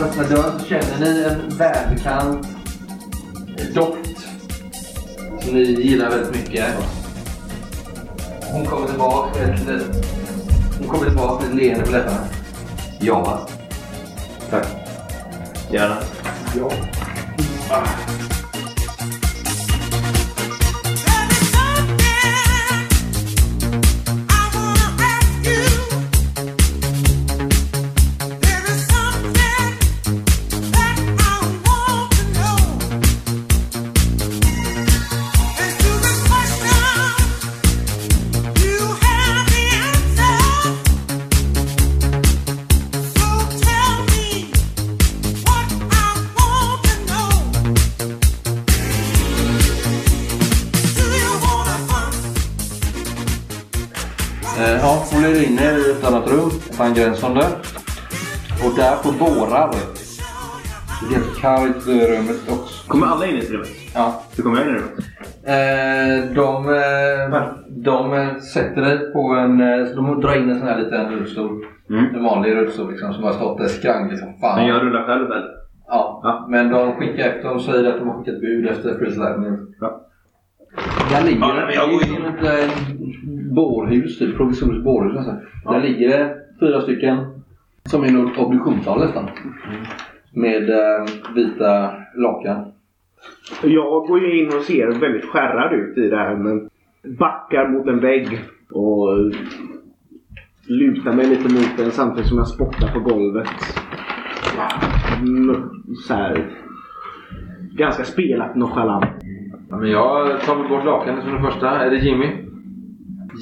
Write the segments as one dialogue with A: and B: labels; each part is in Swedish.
A: öppna dörren känner ni en välbekant doft som ni gillar väldigt mycket. Hon kommer tillbaka med ett, le- hon kommer tillbaka med ett leende på läpparna. Ja, va?
B: Tack. Gärna.
A: Eh, ja, hon leder in er i ett annat rum, ett angränsande. Och där på vårar. Det är helt kargt i rummet också.
B: Kommer alla in i rummet?
A: Ja,
B: Hur kommer jag in i rummet?
A: Eh, de, eh, de eh, sätter dig på en... eh, så De drar in en sån här liten rullstol.
B: Mm.
A: En vanlig rullstol liksom, som har stått där skranglig som fan.
B: Men jag rullar själv väl?
A: ja.
B: Ja.
A: Men de skickar efter. De säger att de har skickat bud efter Freeze Lightning.
B: Ja.
A: Där ligger
B: Ja, nej, men jag går in.
A: det är ett eh, bårhus, typ provisoriskt bårhus nästan.
B: Ja.
A: Där ligger det fyra stycken som är något obduktionssal nästan.
B: Mm.
A: Med eh, vita lakan.
C: Jag går ju in och ser väldigt skärrad ut i det här men backar mot en vägg och lutar mig lite mot den samtidigt som jag spottar på golvet. Mm, Så här, ganska spelat nonchalant.
D: Ja, men jag tar väl bort lakanet som det första. Är det Jimmy?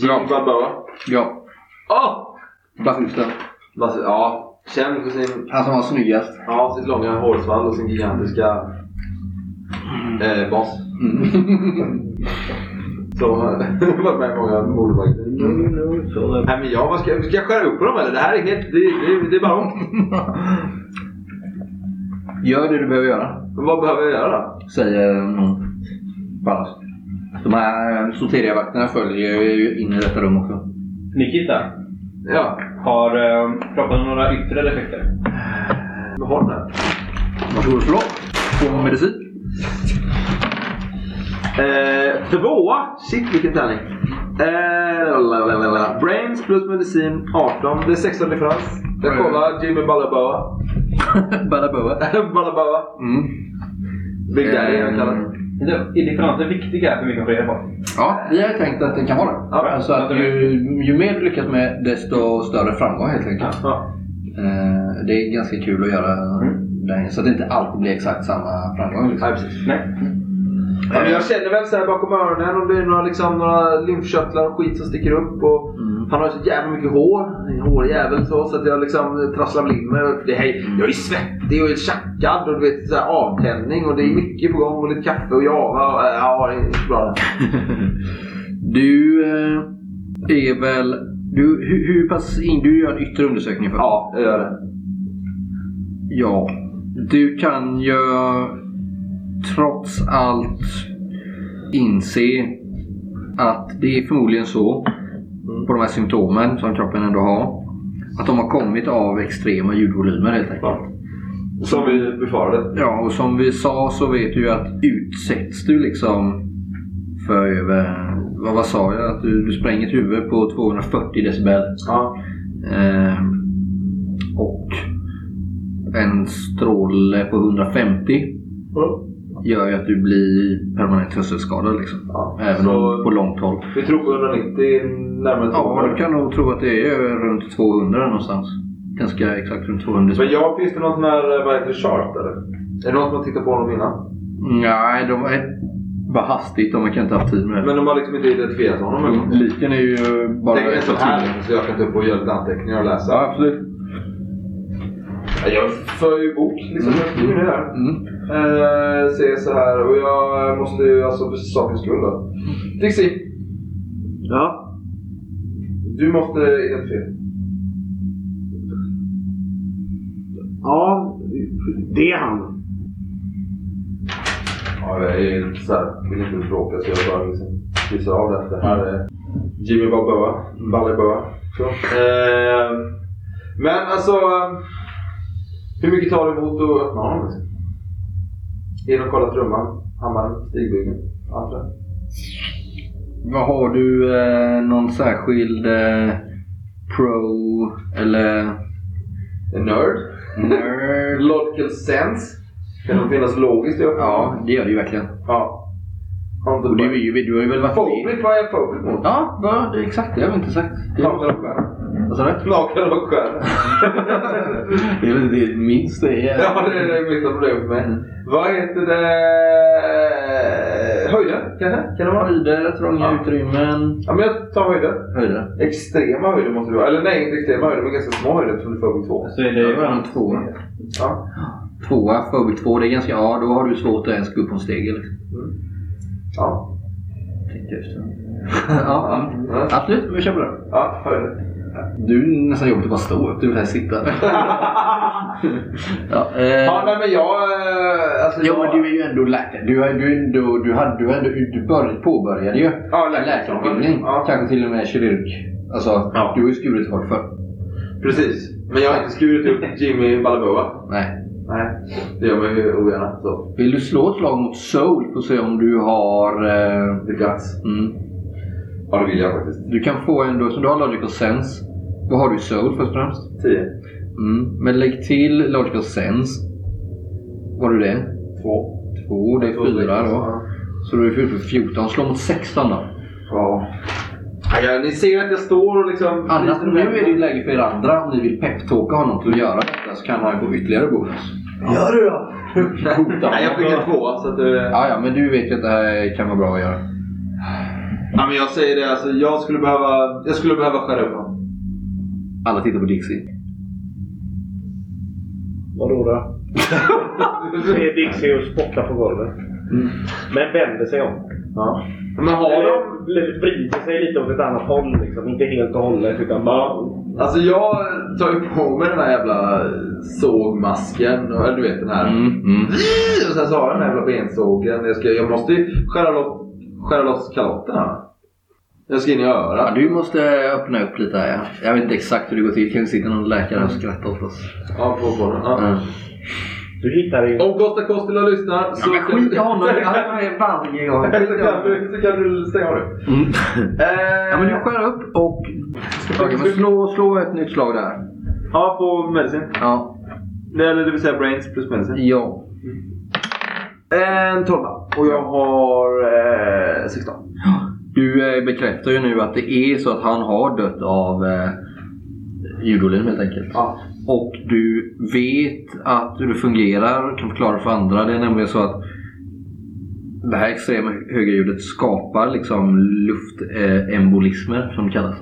D: Jimmy Balboa?
A: Ja,
D: Åh!
A: basisten.
D: Lasse, ja. Känd för sin,
A: Han som var snyggast.
D: ja, sitt långa hårsvall och sin gigantiska eh, bas.
E: Mm.
D: Som har varit med i många mordvakter.
E: Mm,
D: Nej men jag, vad ska, ska jag skära upp på dem eller? Det här är helt, det, det, det är bara ont.
A: Gör det du behöver göra,
D: Men vad behöver jag göra då?
A: säger någon Ballas. De här soteriavakterna följer ju in i detta rum också.
E: Nikita,
D: Ja,
E: har eh, kroppen några yttre defekter?
D: men har den här.
A: Varsågod och slå. På medicin.
D: Eh, tvåa! Shit vilken tärning. Eh, lalalala. Brains plus medicin 18. Det är 16 differens. Jag kollar Jimmy Balaboa.
A: Badaboa.
D: Balaboa.
A: Mm.
D: Big Daddy är han kallad.
E: Det- Är differenser viktiga för mycket att få reda på?
A: Ja, vi har ju tänkt att det kan vara det.
D: Ja,
A: alltså att ju, ju mer du lyckas med desto större framgång helt enkelt.
D: Ja.
A: Eh, det är ganska kul att göra det så att det inte alltid blir exakt samma framgång. Liksom.
D: Nej, precis.
E: Nej.
D: Ja, men jag känner väl så här bakom öronen om det är några, liksom, några lymfkörtlar och skit som sticker upp. Och Han har ju så jävla mycket hår. En hårjävel så. Så att jag liksom trasslar väl in mig. Det här, jag är svettig och är tjackad och du vet så här avtändning. Och det är mycket på gång och lite kaffe och java. Och, äh, ja, det är inte bra.
A: Du eh, är väl... Du, hur, hur pass in... Du gör en yttre undersökning för
D: Ja, jag gör det.
A: Ja, du kan ju trots allt inse att det är förmodligen så på de här symptomen som kroppen ändå har att de har kommit av extrema ljudvolymer helt enkelt.
D: Som vi befarade.
A: Ja, och som vi sa så vet du ju att utsätts du liksom för över... Vad, vad sa jag? Att du, du spränger ett huvud på 240 decibel.
D: Ja.
A: Ehm, och en stråle på 150 gör ju att du blir permanent hörselskadad. Liksom.
D: Ja,
A: Även
D: så-
A: om på långt håll.
D: Vi tror på 190 närmare
A: Ja,
D: 200.
A: du kan nog tro att det är runt 200 någonstans. Ganska exakt runt 200.
D: Men jag, finns det någon sån här, eh, vad heter det, chart eller? Är det någon som har tittat på honom innan?
A: Nej, de är bara hastigt. De kan inte ha haft tid med det.
D: Men de har liksom inte identifierat honom än.
A: Liken är ju bara
D: Tänk en
A: ett
D: sån
A: av
D: här så jag kan ta upp och göra lite anteckningar och läsa.
A: Ja, absolut.
D: Jag för ju bok liksom. Jag skriver det här.
A: Mm.
D: Eh, ser så här och jag måste ju alltså för sakens skull då. Dixie,
C: Ja,
D: du måste identifiera.
C: ja, det är han.
D: Ja, jag är ju så här, vill inte bråka så jag bara liksom kryssar av det. Det här är Jimmy Balboa. Balboa. Så. Eh, men alltså. Ehm, Hur mycket tar det emot att öppna honom? liksom? In och kolla trumman, hammaren, stigbygeln, allt det
A: Vad har du eh, någon särskild eh, pro eller
D: En nörd.
A: nerd?
D: Logical sense. Kan nog finnas logiskt i att öppna honom.
A: ja, det gör det ju verkligen.
D: Ja. Har inte
A: Och du, är
D: bara-
A: ju, du har ju väl varit
D: Fobit, vad är fobit mot?
A: Ja, ja, det är exakt det har vi inte sagt. Det är,
D: Lakan och skär.
A: vad sa du?
D: Lakan och skär.
A: Det är väl det minst det är.
D: Ja, det är det minsta problemet med. Vad heter det? Höjden, kanske? Kan det vara?
A: Höjder, trånga
D: Ja.
A: utrymmen.
D: Ja, men jag tar höjden.
A: Höjder.
D: Extrema höjder måste det vara. Eller nej, inte extrema höjder, men ganska små höjder eftersom du får två.
F: Så är det
A: Det
F: ju...
A: var en tvåa.
D: Ja.
A: Tvåa, förbud två. Det är ganska, ja då har du svårt att ens gå upp på en stege. Liksom.
D: Ja.
A: Tänkte jag just det. ja, ja. Absolut, vi kör på det.
D: Ja, höjder.
A: Du är nästan jobbigt att bara stå upp. Du vill helst sitta. ja,
D: Ja,
A: eh,
D: nej men jag... eh, Alltså,
A: jo
D: jag...
A: men du är ju ändå läkare. Du, är- du, är ändå, du, hade, du, hade, du började, påbörjade ju
D: Ja,
A: en läkarutbildning.
D: läkarutbildning. Ja.
A: Kanske till och med kirurg. Alltså,
G: Ja.
A: du har ju skurit hårt för.
D: Precis. Men jag har inte skurit upp Jimmy Balaboa.
A: Nej.
D: Nej, det gör man ju ogärna. Så,
A: Vill du slå ett slag mot Soul för att se om du har... Eh,
D: det är plats.
A: mm,
D: Ja, det vill jag faktiskt.
A: Du kan få ändå, som du har Logical Sense. Då har du Soul först och främst.
D: Tio.
A: Mm. Men lägg till Logical Sense. Var du det?
D: Två.
A: Två, det är fyra då.
D: Ja.
A: Så du är du uppe på 14. Slå mot 16 då.
D: Ja. Ja, ni ser att jag står och liksom...
A: Annars, nu är det ju läge för er andra, om ni vill peptalka honom till att göra detta så kan han få ytterligare bonus.
D: Gör du då?
A: Hota
D: Nej, jag fick en tvåa så att... eh,
A: Ja, ja, men du vet ju att det här kan vara bra att göra.
D: Ja, men jag säger det alltså. Jag skulle behöva... Jag skulle behöva skära upp honom.
A: Alla tittar på Dixie.
C: Vadå då? Ser Dixie och spottar på golvet. Men vänder sig om.
D: Ja. Men har de...
C: Eller lite- vrider sig lite åt ett annat håll liksom. Inte helt och hållet utan bara...
D: Alltså jag tar ju på mig den här jävla sågmasken. och- Eller du vet den här.
A: Mm.
D: Och sen så har jag den här jävla bensågen. Jag, ska, jag måste ju skära loss, skära loss kalotten här. Jag ska in i
A: Ja,
D: örat.
A: du måste öppna upp lite här. Ja. Jag vet inte exakt hur det går till. Kanske sitter någon läkare och skrattar åt oss.
D: Ja, på på den. Ja.
A: Mm.
C: Du hittar ju...
D: Om Costa Costilla lyssnar så...
A: Men skit i honom. Han är med varje gång.
D: så, kan du, så kan du stänga av det.
A: Mm.
D: Eh,
A: Ja, men du skär upp och... Okej, men slå, slå ett nytt slag där.
G: Ja, på medicin.
A: Ja.
G: Eller det vill säga brains plus medicin.
A: ja.
D: En tolva. Och jag har eh, 16.
A: Du eh, bekräftar ju nu att det är så att han har dött av eh, judolin helt enkelt.
D: Ja.
A: Och du vet att du fungerar och kan förklara för andra. Det är nämligen så att det här extrema höga ljudet skapar liksom luftembolismer som det kallas.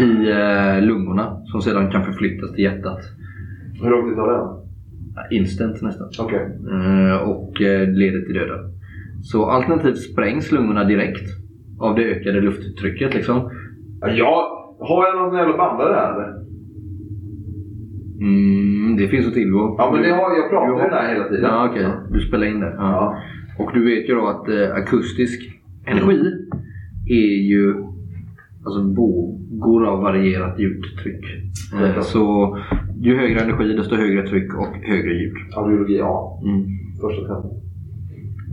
A: I eh, lungorna som sedan kan förflyttas till hjärtat.
D: Hur lång tid tar det då?
A: Instant nästan.
D: Okej.
A: Eh, och eh, leder till döden. Så alternativt sprängs lungorna direkt av det ökade lufttrycket. Liksom.
D: Ja, har jag någon sån jävla bandare där eller?
A: Mm, det finns att tillgå.
D: Ja men det har, jag pratar
A: Jo.
D: ju med den här hela tiden.
A: Ja, okej. Du spelar in det. Ja.
D: Ja.
A: Och du vet ju då att eh, akustisk energi
D: Mm.
A: är ju alltså vågor av varierat ljudtryck. Eh,
D: Självklart.
A: så ju högre energi desto högre tryck och högre ljud.
D: Audiologi, ja.
A: Mm.
D: Första testen.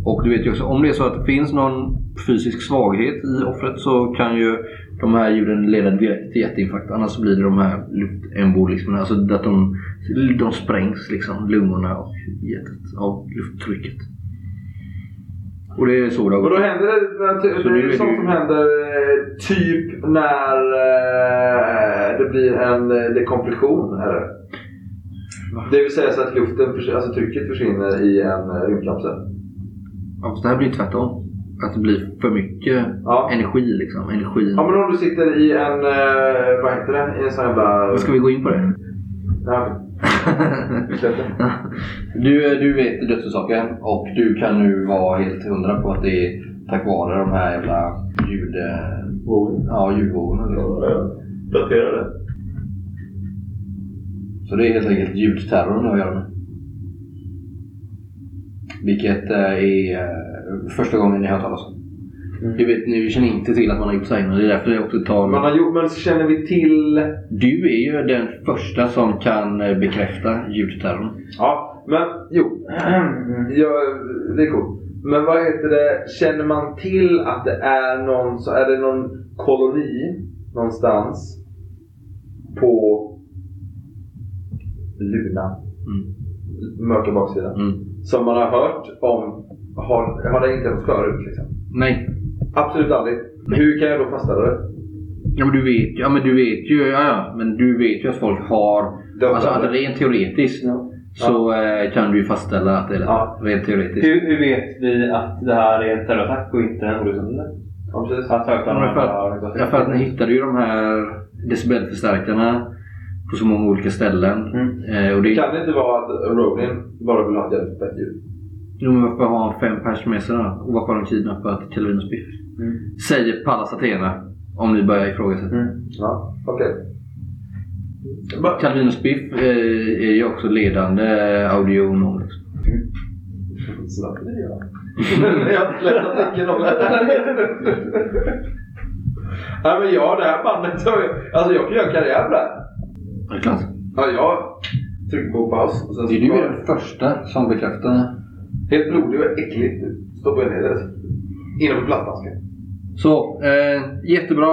A: Och du vet ju också, om det är så att det finns någon fysisk svaghet i offret så kan ju de här ljuden leda direkt till hjärtinfarkt. Annars så blir det de här luftembolismerna, alltså att de, de sprängs liksom, lungorna och hjärtat av lufttrycket. Och det är så det har
D: Och då
A: gått.
D: händer det, när-
A: Så
D: det
A: nu
D: är
A: är
D: ju sånt
A: du-
D: som händer eh, typ när eh, det blir en eh, dekompression eller? Det vill säga så att luften, förs- alltså trycket försvinner i en eh, rymdkapsel.
A: Ja, fast det här blir tvärtom. Att det blir för mycket
D: Ja.
A: energi liksom. Energi.
D: ja men om du sitter i en, eh, vad heter det, i en sån jävla...
A: Vad Ska vi gå in på det?
D: Ja, vi släpper.
A: Du, du vet dödsorsaken och du kan nu vara helt hundra på att det är tack vare de här jävla ljud... Ja, ljudvågorna. liksom.
G: Datera det.
A: Så det är helt enkelt ljudterrorn du har att göra med. Vilket eh, är eh, första gången ni hör talas om. Du vet, nu känner inte till att man har gjort signer. Det är därför det också tar...
D: Mm. Man har gjort, men så känner vi till...
A: Du är ju den första som kan eh, bekräfta ljudterrorn.
D: Ja, men jo. Ja, det är coolt. Men vad heter det? Känner man till att det är någon, så är det någon koloni någonstans på Luna. Mörka baksida.
A: Mm.
D: Som man har hört om har, har det inte förut liksom.
A: Nej.
D: Absolut aldrig. Hur kan jag då fastställa det?
A: Ja men du vet, ja, men du vet ju ja, ja, men du vet ju att folk har...
D: Döda
A: Alltså att
D: eller?
A: rent teoretiskt så eh, kan du ju fastställa att det är
D: Ja.
A: rent teoretiskt.
C: Hur, hur vet vi att det här är en terrorattack och inte en olyckshändelse?
D: Ja, precis.
C: Att högtalarna
A: Ja, för-
C: har gått
A: Ja, för att ni hittade ju de här decibelförstärkarna på så många olika ställen.
C: Mm.
A: Eh, och
D: Det
A: det,
D: kan inte vara att Ronin bara vill ha ett jävligt fett ljud.
A: Jo, men varför har han fem pers med sig då? Och varför har de kidnappat Calvinos Biff?
H: Mm,
A: Säger Pallas Athena. Om ni börjar ifrågasätta.
C: Mm.
H: mm.
D: Ja, okej.
A: Calvinos Biff eh, är ju också ledande audionom. Liksom.
D: Snabbt det gör jag. Jag har inte läst artikeln om det. Nej men jag det här bandet. så- Alltså jag kan göra karriär på det här.
A: Är det klart?
D: Ja, jag trycker på paus. Och sen så
A: Det är du är den första som bekräftar.
D: Helt blodig och äcklig. Stoppar jag ner det. Innanför plasthandsken.
A: Så, eh, jättebra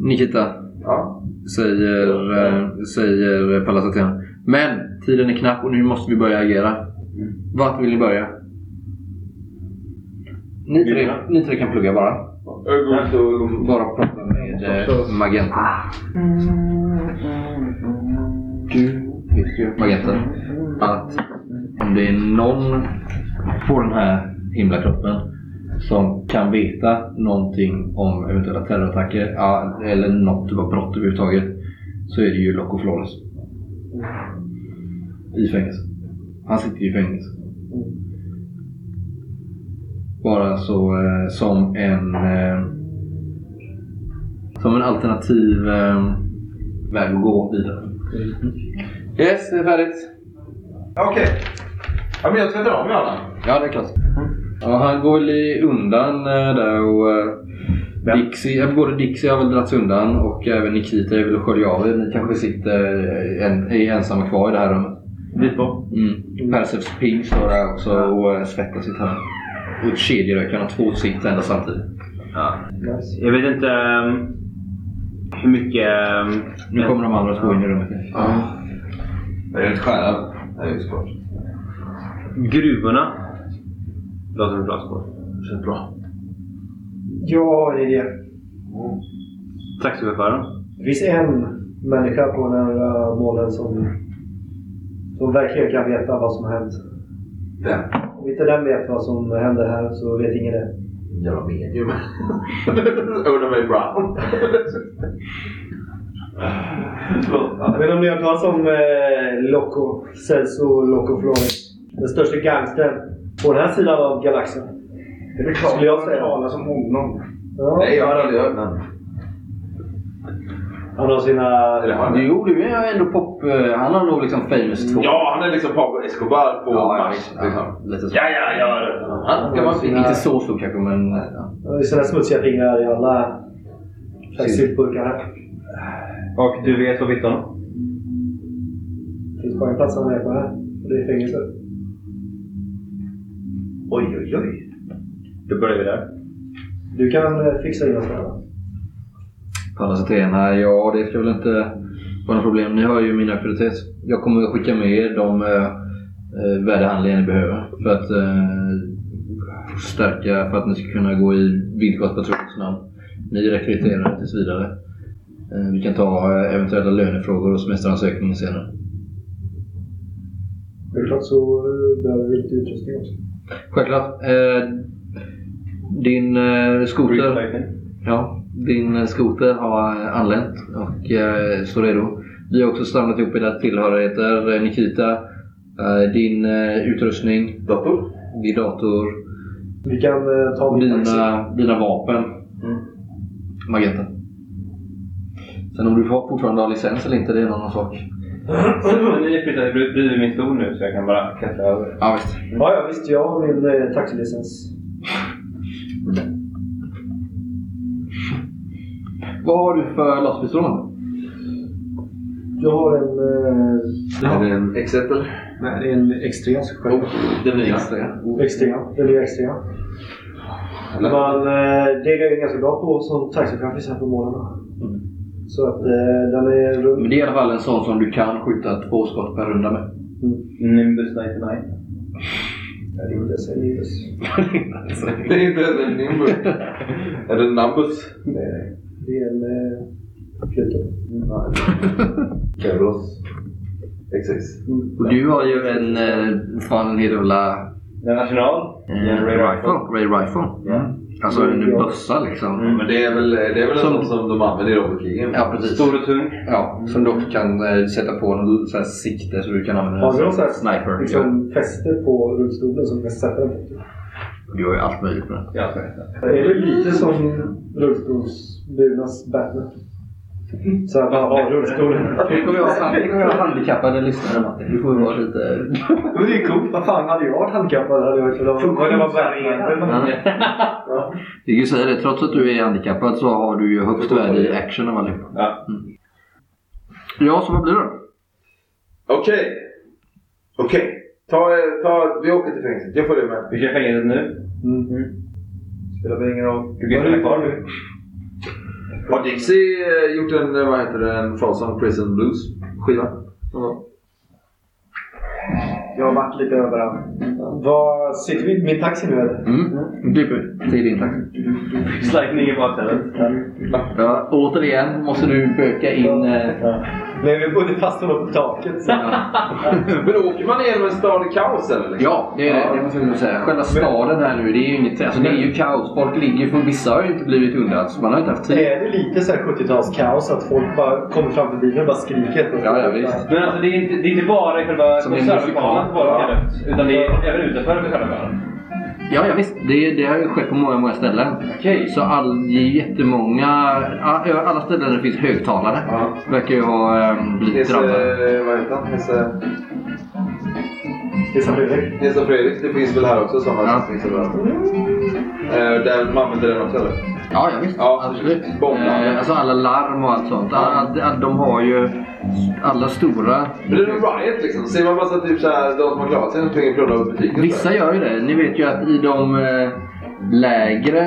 A: Nikita.
D: Ja.
A: Säger, eh, säger Pallas Athena. Men tiden är knapp och nu måste vi börja agera. Vart vill ni börja? Ni tre, ni tre kan plugga bara.
D: Jag går ut och...
A: Bara prata med eh, Magenten. Du vet ju Magenten att om det är någon på den här himlakroppen som kan veta någonting om eventuella terrorattacker ja, eller något typ av brott överhuvudtaget så är det ju Loco Flores. I fängelse. Han sitter ju i fängelse. Bara så eh, som en eh, som en alternativ eh, väg att gå vidare. Yes, det är färdigt.
D: Okej. Ja men jag tvättar av mig alla.
A: Ja, det är klart. Ja, han går väl i- undan eh, där och eh, Dixie, ja, både Dixie har väl dragits undan och även Nikita är väl och sköljer av er. Ni kanske sitter eh, en, är ensamma kvar i det här rummet.
B: Dit bort.
A: Mm. Perseus Pig står där också och eh, svettas i hörn. Och kedjerökarna, två sitter ända samtidigt.
I: Ja. Jag vet inte ehm, hur mycket... ehm,
A: Nu kommer de andra två in i rummet. igen.
J: Jag är helt skärrad. Det är ju såklart.
I: Gruvorna. Låter som ett bra spår.
J: Känns bra.
H: Ja, det är det.
I: Taxichauffören.
H: Det finns en människa på den här eh, målen som, som verkligen kan veta vad som har hänt.
J: Den.
H: Om inte den vet vad som händer här så vet ingen det.
J: Jävla medium. Undrar mig Brown.
H: Men om ni har talat om eh, Loco, Celso Loco Flores. Den största gangstern på den här sidan av galaxen.
K: Det är väl klart
H: Skulle jag
K: att
H: säga.
K: tala som honom.
H: Ja.
J: Nej, jag har aldrig hört den.
H: Han har sina...
J: Eller har den?
A: Jo, du är ändå pop... eh, Han har nog liksom famous två.
J: Ja, han är liksom Pablo Escobar på
A: Ja, ja,
J: Mars.
A: visst.
J: Liksom.
A: Ja, lite så.
J: Ja, ja, ja.
A: Han kan man inte så stor kanske, men... eh, Ja.
H: han har sina smutsiga fingrar i alla slags syltburkar.
C: Och du vet vad vi hittar honom?
H: Det finns bara en plats han är på här. Och det är fängelset.
J: Oj, oj, oj.
I: Då börjar vi där.
H: Du kan eh, fixa in oss där. va?
A: Pallas Athena, ja det ska väl inte vara något problem. Ni har ju min auktoritet. Jag kommer att skicka med er de äh, värdehandlingar ni behöver för att eh, stärka, för att ni ska kunna gå i Vildgatpatrullens namn. Ni rekryterar tills vidare. Eh, vi kan ta eh, eventuella lönefrågor och semesteransökningen senare.
H: Självklart så eh, behöver vi lite utrustning också.
A: Självklart. Eh, din eh, skoter... Ja, din eh, skoter har anlänt och eh, står redo. Vi har också samlat ihop era tillhörigheter. Eh, Nikita, eh, din eh, utrustning,
D: Dator?
A: din dator,
H: Vi kan eh, ta min taxi.
A: dina, dina vapen. Mm. Magenten. Sen om du får- fortfarande har licens eller inte, det är en annan sak.
C: Men ni flyttar bredvid min stol nu så jag kan bara kasta över.
A: Ja, visst.
H: Ja, ja visst. Jag har min eh, taxilicens.
A: Vad har du för lastpistol?
H: Jag har en... Eh,
A: Är det en
D: Exempel.
H: nej, det är en extrem såklart.
D: Den nya.
H: Oh, Extrem. Det blir extrem. Man eh, degar ju ganska bra på som taxichaufför här på morgnarna. Så att eh, den är rund.
A: Men det är i alla fall en sån som du kan skjuta två skott per runda med.
C: Nimbus 99.
H: Jag ringde sig Linus.
J: Det är inte ens en nimbus. Är det en nambus?
H: Nej, Det är en... Eh, Pluto.
J: Kevros. XX.
A: Och du har ju en, eh, fan den heter väl eh,
C: Den national.
H: Mm.
A: Ray Rifle? Ray Rifle. Alltså en bössa liksom.
C: Mm.
J: Men det är väl, det är väl
A: Som-
J: en sån som de använder i robotkrigen?
A: Ja, precis.
C: Stor och tung.
A: Ja, som du också kan eh, sätta på en sån här sikte så du kan använda
H: Har du
A: den
H: någon sån
A: som
H: här
A: sniper. Eh, Liksom.
H: Liksom fäste på rullstolen som kan sätta den på.
A: Du har ju allt möjligt med den.
C: Ja, så är det.
H: Det är väl lite som rullstolsburnas Batman. Så att man har rullstolen.
A: Nu kommer jag ha nu kommer jag ha handikappade lyssnare Matti. Du får ju vara lite...
H: Men det är coolt. Vad fan, hade jag varit handikappad hade jag kunnat...
C: Mm.
A: Ja. Vi kan ju säga det, trots att du är handikappad så har du ju högst värde i action av allihopa.
C: Ja.
A: Mm. Ja, så vad blir det då?
J: Okej. Okej. Ta, eh, ta, vi åker till fängelset. Jag följer med.
C: Vi kör fängelset nu.
H: Mm.
C: Mm.
J: Spelar väl ingen roll.
C: Du kan stanna kvar nu.
J: Har Dixie eh, gjort en, eh, vad heter det, en Folsom Prison Blues skiva?
H: Jag har varit lite överallt. Vad, sitter vi i min taxi nu eller?
A: Mm. Klipper. Det är din tack.
C: Slightning i baksätet.
A: Ja, återigen måste du böka in... Eh,
H: Nej, vi bodde fast honom på taket. Så.
J: Men åker man igenom en stad i kaos eller? liksom?
A: Ja, det är det. Det måste jag nog säga. Själva staden här nu, det är ju inget... Alltså det är ju kaos. Folk ligger för vissa har ju inte blivit undan. Så man har inte haft tid.
H: Det är lite så här 70-talskaos att folk bara kommer framför bilen och bara skriker.
A: Ja, ja, visst.
C: Men alltså det är inte, det är inte bara i själva
A: Som en musikal.
C: konsertbanan som folk är döpt. Utan det är även utanför konsertbanan.
A: Ja, ja visst. Det, det har ju skett på många, många ställen.
C: Okej.
A: Så all, det är jättemånga... a- ö- Alla ställen där det finns högtalare
J: Ja.
A: verkar ju ha ehm, blivit
J: Nisse,
D: eh,
A: drabbade.
J: eh, vad heter han? Nisse,
H: Det är så här,
J: Nisse Fredrik. Det finns väl här också sådana
A: Ja.
J: som finns överallt. Eh, där man använder den också eller?
A: Ja, ja visst.
J: Ja,
A: absolut.
J: bombar.
A: Eh, alltså alla larm och allt sånt. All, all, de har ju alla stora...
J: Men det är en riot liksom. Ser man massa typ såhär, de som har klarat sig, de tvingar plundra upp butiken.
A: Vissa gör ju det. Ni vet ju att i de eh, lägre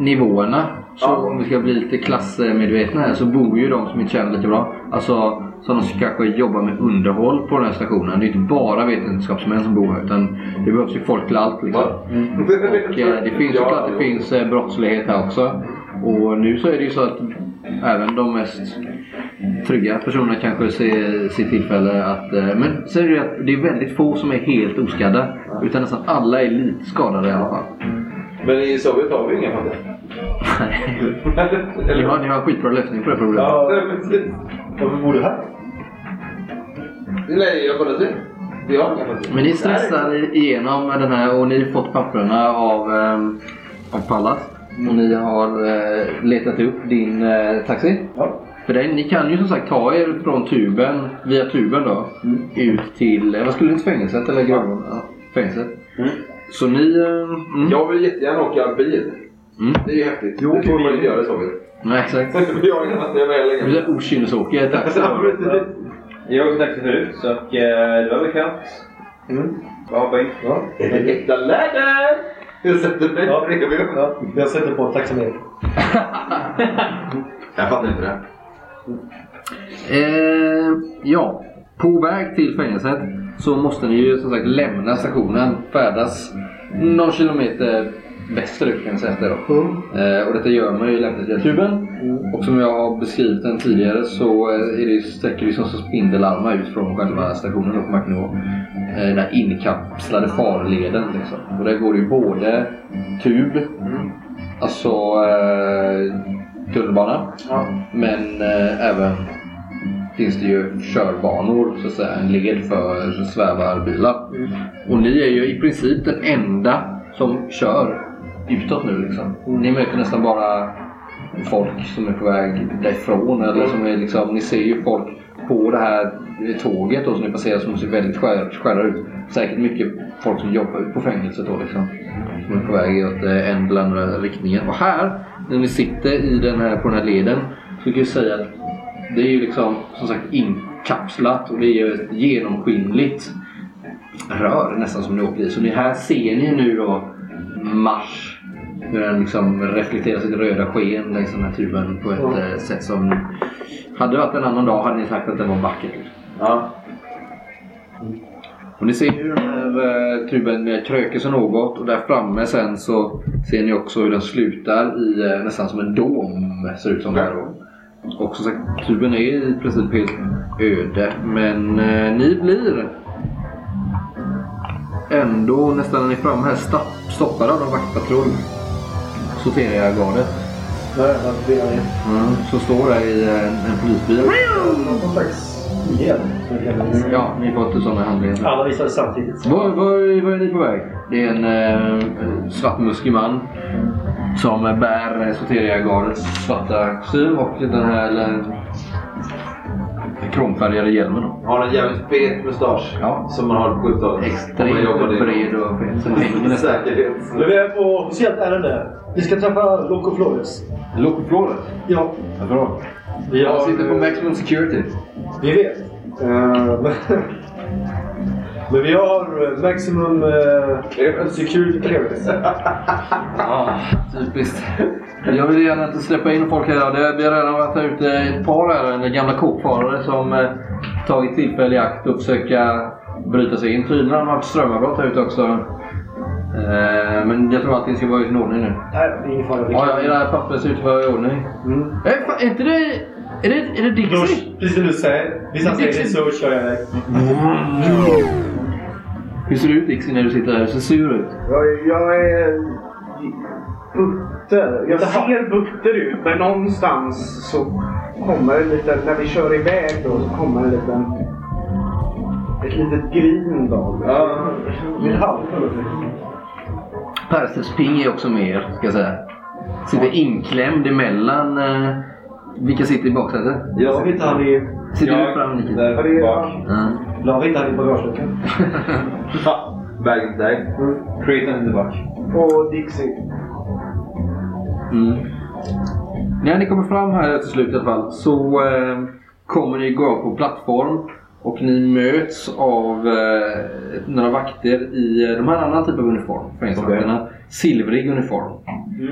A: nivåerna, så
J: Ja.
A: om vi ska bli lite klassmedvetna här, så bor ju de som inte tjänar lite bra. Alltså som de kanske jobbar med underhåll på den här stationen. Det är ju inte bara vetenskapsmän som bor här utan det behövs ju folk till allt. Liksom.
J: Ja.
A: Och eh, det finns såklart det finns eh, brottslighet här också. Och nu så är det ju så att även de mest trygga personerna kanske ser, ser tillfälle att... eh, Men sen är det ju att det är väldigt få som är helt oskadda. Utan nästan alla är lite skadade i alla fall.
J: Men i Sovjet har vi inga fattiga.
A: Ni har, ni har en skitbra lösning på det problemet.
H: Varför bor du här?
J: Nej, jag kollar till. Vi har inga fattiga.
A: Men ni stressar igenom den här och ni har fått papperna av, ehm, av Pallas. Och ni har eh, letat upp din eh, taxi.
H: Ja.
A: För den, ni kan ju som sagt ta er från tuben, via tuben då, ut till, eh, vad skulle det till fängelset eller graven? Ja, fängelset. Så ni... Eh, mm.
J: Jag vill jättegärna åka bil.
A: Mm.
J: Det är ju häftigt. det får man inte göra i Sovjet.
A: Nej, exakt.
J: Vi har inga fattiga med
A: Det blir
J: längre.
A: en okynnesåker taxi.
C: Jag åkte taxi förut och eh, det var bekant.
H: Mm.
C: Jag hoppade in.
J: Är det äkta läder? Jag sätter mig
H: Ja.
J: bredvid.
H: Ja, jag sätter på taxametern.
J: Jag fattar inte det.
A: Eh, ja, på väg till fängelset så måste ni ju som sagt lämna stationen, färdas någon kilometer västerut kan vi säga att det är då. Eh, och detta gör man ju lämpligt via tuben. Och som jag har beskrivit den tidigare så eh, är det, sträcker det som så spindelarmar ut från själva stationen då på marknivå. Eh, den här inkapslade farleden liksom. Och där går det ju både tub, alltså eh, tunnelbana, men eh, även finns det ju körbanor, så att säga, en led för svävarbilar. Och ni är ju i princip den enda som kör utåt nu liksom. Ni möter nästan bara folk som är på väg därifrån eller som är liksom, ni ser ju folk på det här tåget då, som ni passerar som ser väldigt skär, skära ut. Säkert mycket folk som jobbar ute på fängelset då liksom. Som är på väg åt eh, en eller andra riktningen. Och här, när ni sitter i den här, på den här leden Så vi kan ju säga att det är ju liksom som sagt inkapslat och det är ju ett genomskinligt rör nästan som ni åker i. Så det här ser ni ju nu då Mars. Hur den liksom reflekterar sitt röda sken längs den här tuben på ett eh, sätt som... Hade det varit en annan dag hade ni sagt att det var vackert.
J: Ja.
A: Och ni ser hur den här eh, tuben eh, kröker sig något och där framme sen så ser ni också hur den slutar i eh, nästan som en dom ser ut som där då. Och som sagt, tuben är i princip helt öde. Men eh, ni blir ändå nästan när ni är framme här stapp- stoppade av en vaktpatrull. Sorteringsgardet. Mm, som står där i en, en polisbil.
H: Någon slags hjälm. som vi kallar det.
A: Ja, ni får inte sådana handlingar.
H: Alla visar det samtidigt.
A: Var, var, var är ni på väg? Det är en eh, svartmuskig man som bär eh, Soteria-gardets svarta kostym och den här eh, kromfärgade hjälmen. Då.
J: Har en jävligt fet mustasch.
A: Ja.
J: Som man har på 70-talet. Man
A: Extremt
J: jobbade i-
A: bred och fet. Så det är nästan-
J: Säkerhet.
H: Nu är vi på officiellt ärende. Vi ska träffa Loco Flores.
A: Lokflåret?
H: Ja.
A: Varför då?
H: Vi
A: Jag sitter på maximum security.
H: Vi vet. Eh, Men vi har eh, maximum uh, security clearance.
A: Ah, typiskt. Jag vill gärna inte släppa in folk här. Det- Vi har redan varit här ute ett par ärenden. Gamla kåkfarare som eh, tagit tillfälle i akt att försöka bryta sig in. Tydligen har de haft strömavbrott här ute också. Eh, men jag tror allting ska vara i sin ordning nu.
H: Nej, det är ingen fara. Vi
A: Ja,
H: kan-
A: ja, era papper ser ut att vara i ordning.
H: Mm.
A: Eh, fan, är inte det... Är det, är det Dixie?
H: Precis som du säger. Vissa
A: säger det,
H: så kör jag iväg.
A: Hur ser det ut Dixie när du sitter här? Du ser sur ut.
K: Jag, jag är... Butter. Jag ser butter ut, men någonstans så kommer det lite... När vi kör iväg då så kommer det en liten... Ett litet grin då.
H: Ja. Min halv.
A: Perses ping är också med er, ska jag säga. Sitter inklämd emellan... Eh, vilka sitter i baksätet?
H: Jag ska hitta han i...
A: Sitter du fram Nicky?
H: Ja, det är-
B: bak.
A: Ja.
H: Jag hittade han i bagageluckan.
B: Bag där.
D: Mm.
B: Creatorn är bak.
K: Och Dixie.
A: Mm. När ni kommer fram här till slut i alla fall så eh, kommer ni gå upp på plattform och ni möts av eh, några vakter i eh, de här annan typ av uniform. Fängelsevakterna. Silvrig uniform.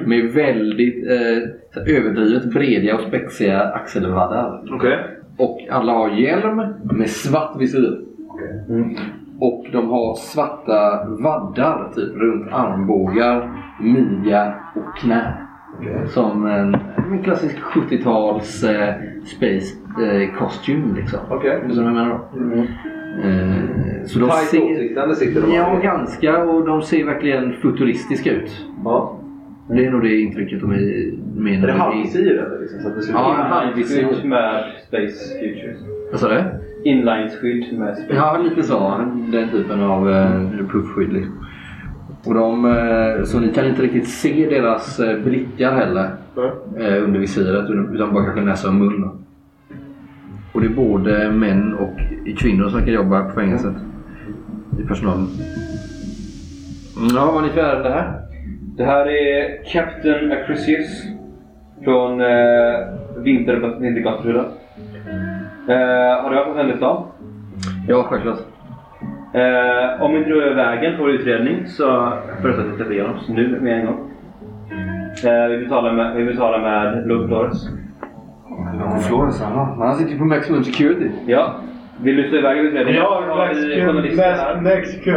A: Med väldigt eh, så här överdrivet breda och spexiga axelvaddar.
B: Okej.
A: Och alla har hjälm med svart visir. Mm. Och de har svarta vaddar typ runt armbågar, midja och knä. Som en, en klassisk 70-tals eh, space eh, costume liksom.
J: Okej. Mm.
A: Förstår du vad jag menar då? Eh, så de
J: Tajt
A: ser...
J: åtsiktande sitter de. alltså.
A: Ja, ganska. Och de ser verkligen futuristiska ut.
J: Ja.
A: Det är nog det intrycket de är- menar.
J: Är det halvvisir eller? Liksom, så att det ser
A: Ja,
C: Inlineskydd
A: halvvisir.
C: med Space Futures.
A: Vad sa du?
C: Inlineskydd med Space
A: Ja, lite så. Den typen av eh, puffskydd. liksom. Och de, eh, så ni kan inte riktigt se deras eh, blickar heller eh, under visiret utan bara kanske näsa och mun. då. Och det är både män och kvinnor som kan jobba på fängelset i personalen. Mm, Ja, vad har ni för ärende här?
C: Det här är Captain Acrisius från eh, Vinterpatrullen. Eh, har du varit på Henderstad?
A: Ja, självklart.
C: Eh, om inte du är vägen på vår utredning så föreslår jag att vi träffar igenom oss nu med en gång. Eh, vi betalar med, vi betalar med Luke Doris.
A: Florens, han sitter ju på Maximum Security.
C: Ja. Vill du stå i vägen vid utredningen? vi journalister här.
H: Mexico.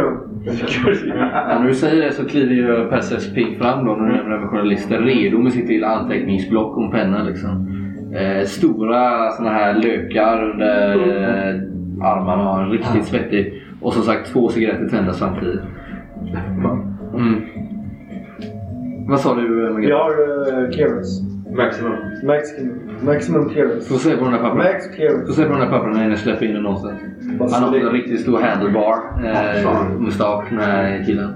A: Ja, när du säger det så kliver ju Perseus Pink fram då när du nämner med journalister. Redo med sitt lilla anteckningsblock och en penna liksom. Eh, stora såna här lökar under eh, armarna. Riktigt svettig. Och som sagt två cigaretter tända samtidigt. Mm. Vad sa du eh,
H: Vi
A: Margareta?
H: har eh, clearance.
B: Maximum.
H: Maximum, maximum clearance.
A: Får se på den här papperna.
H: Max clearance.
A: Får se på den här papperna när ni släpper in den någonstans. Han har också en riktigt stor handlebar eh, mustasch den här killen.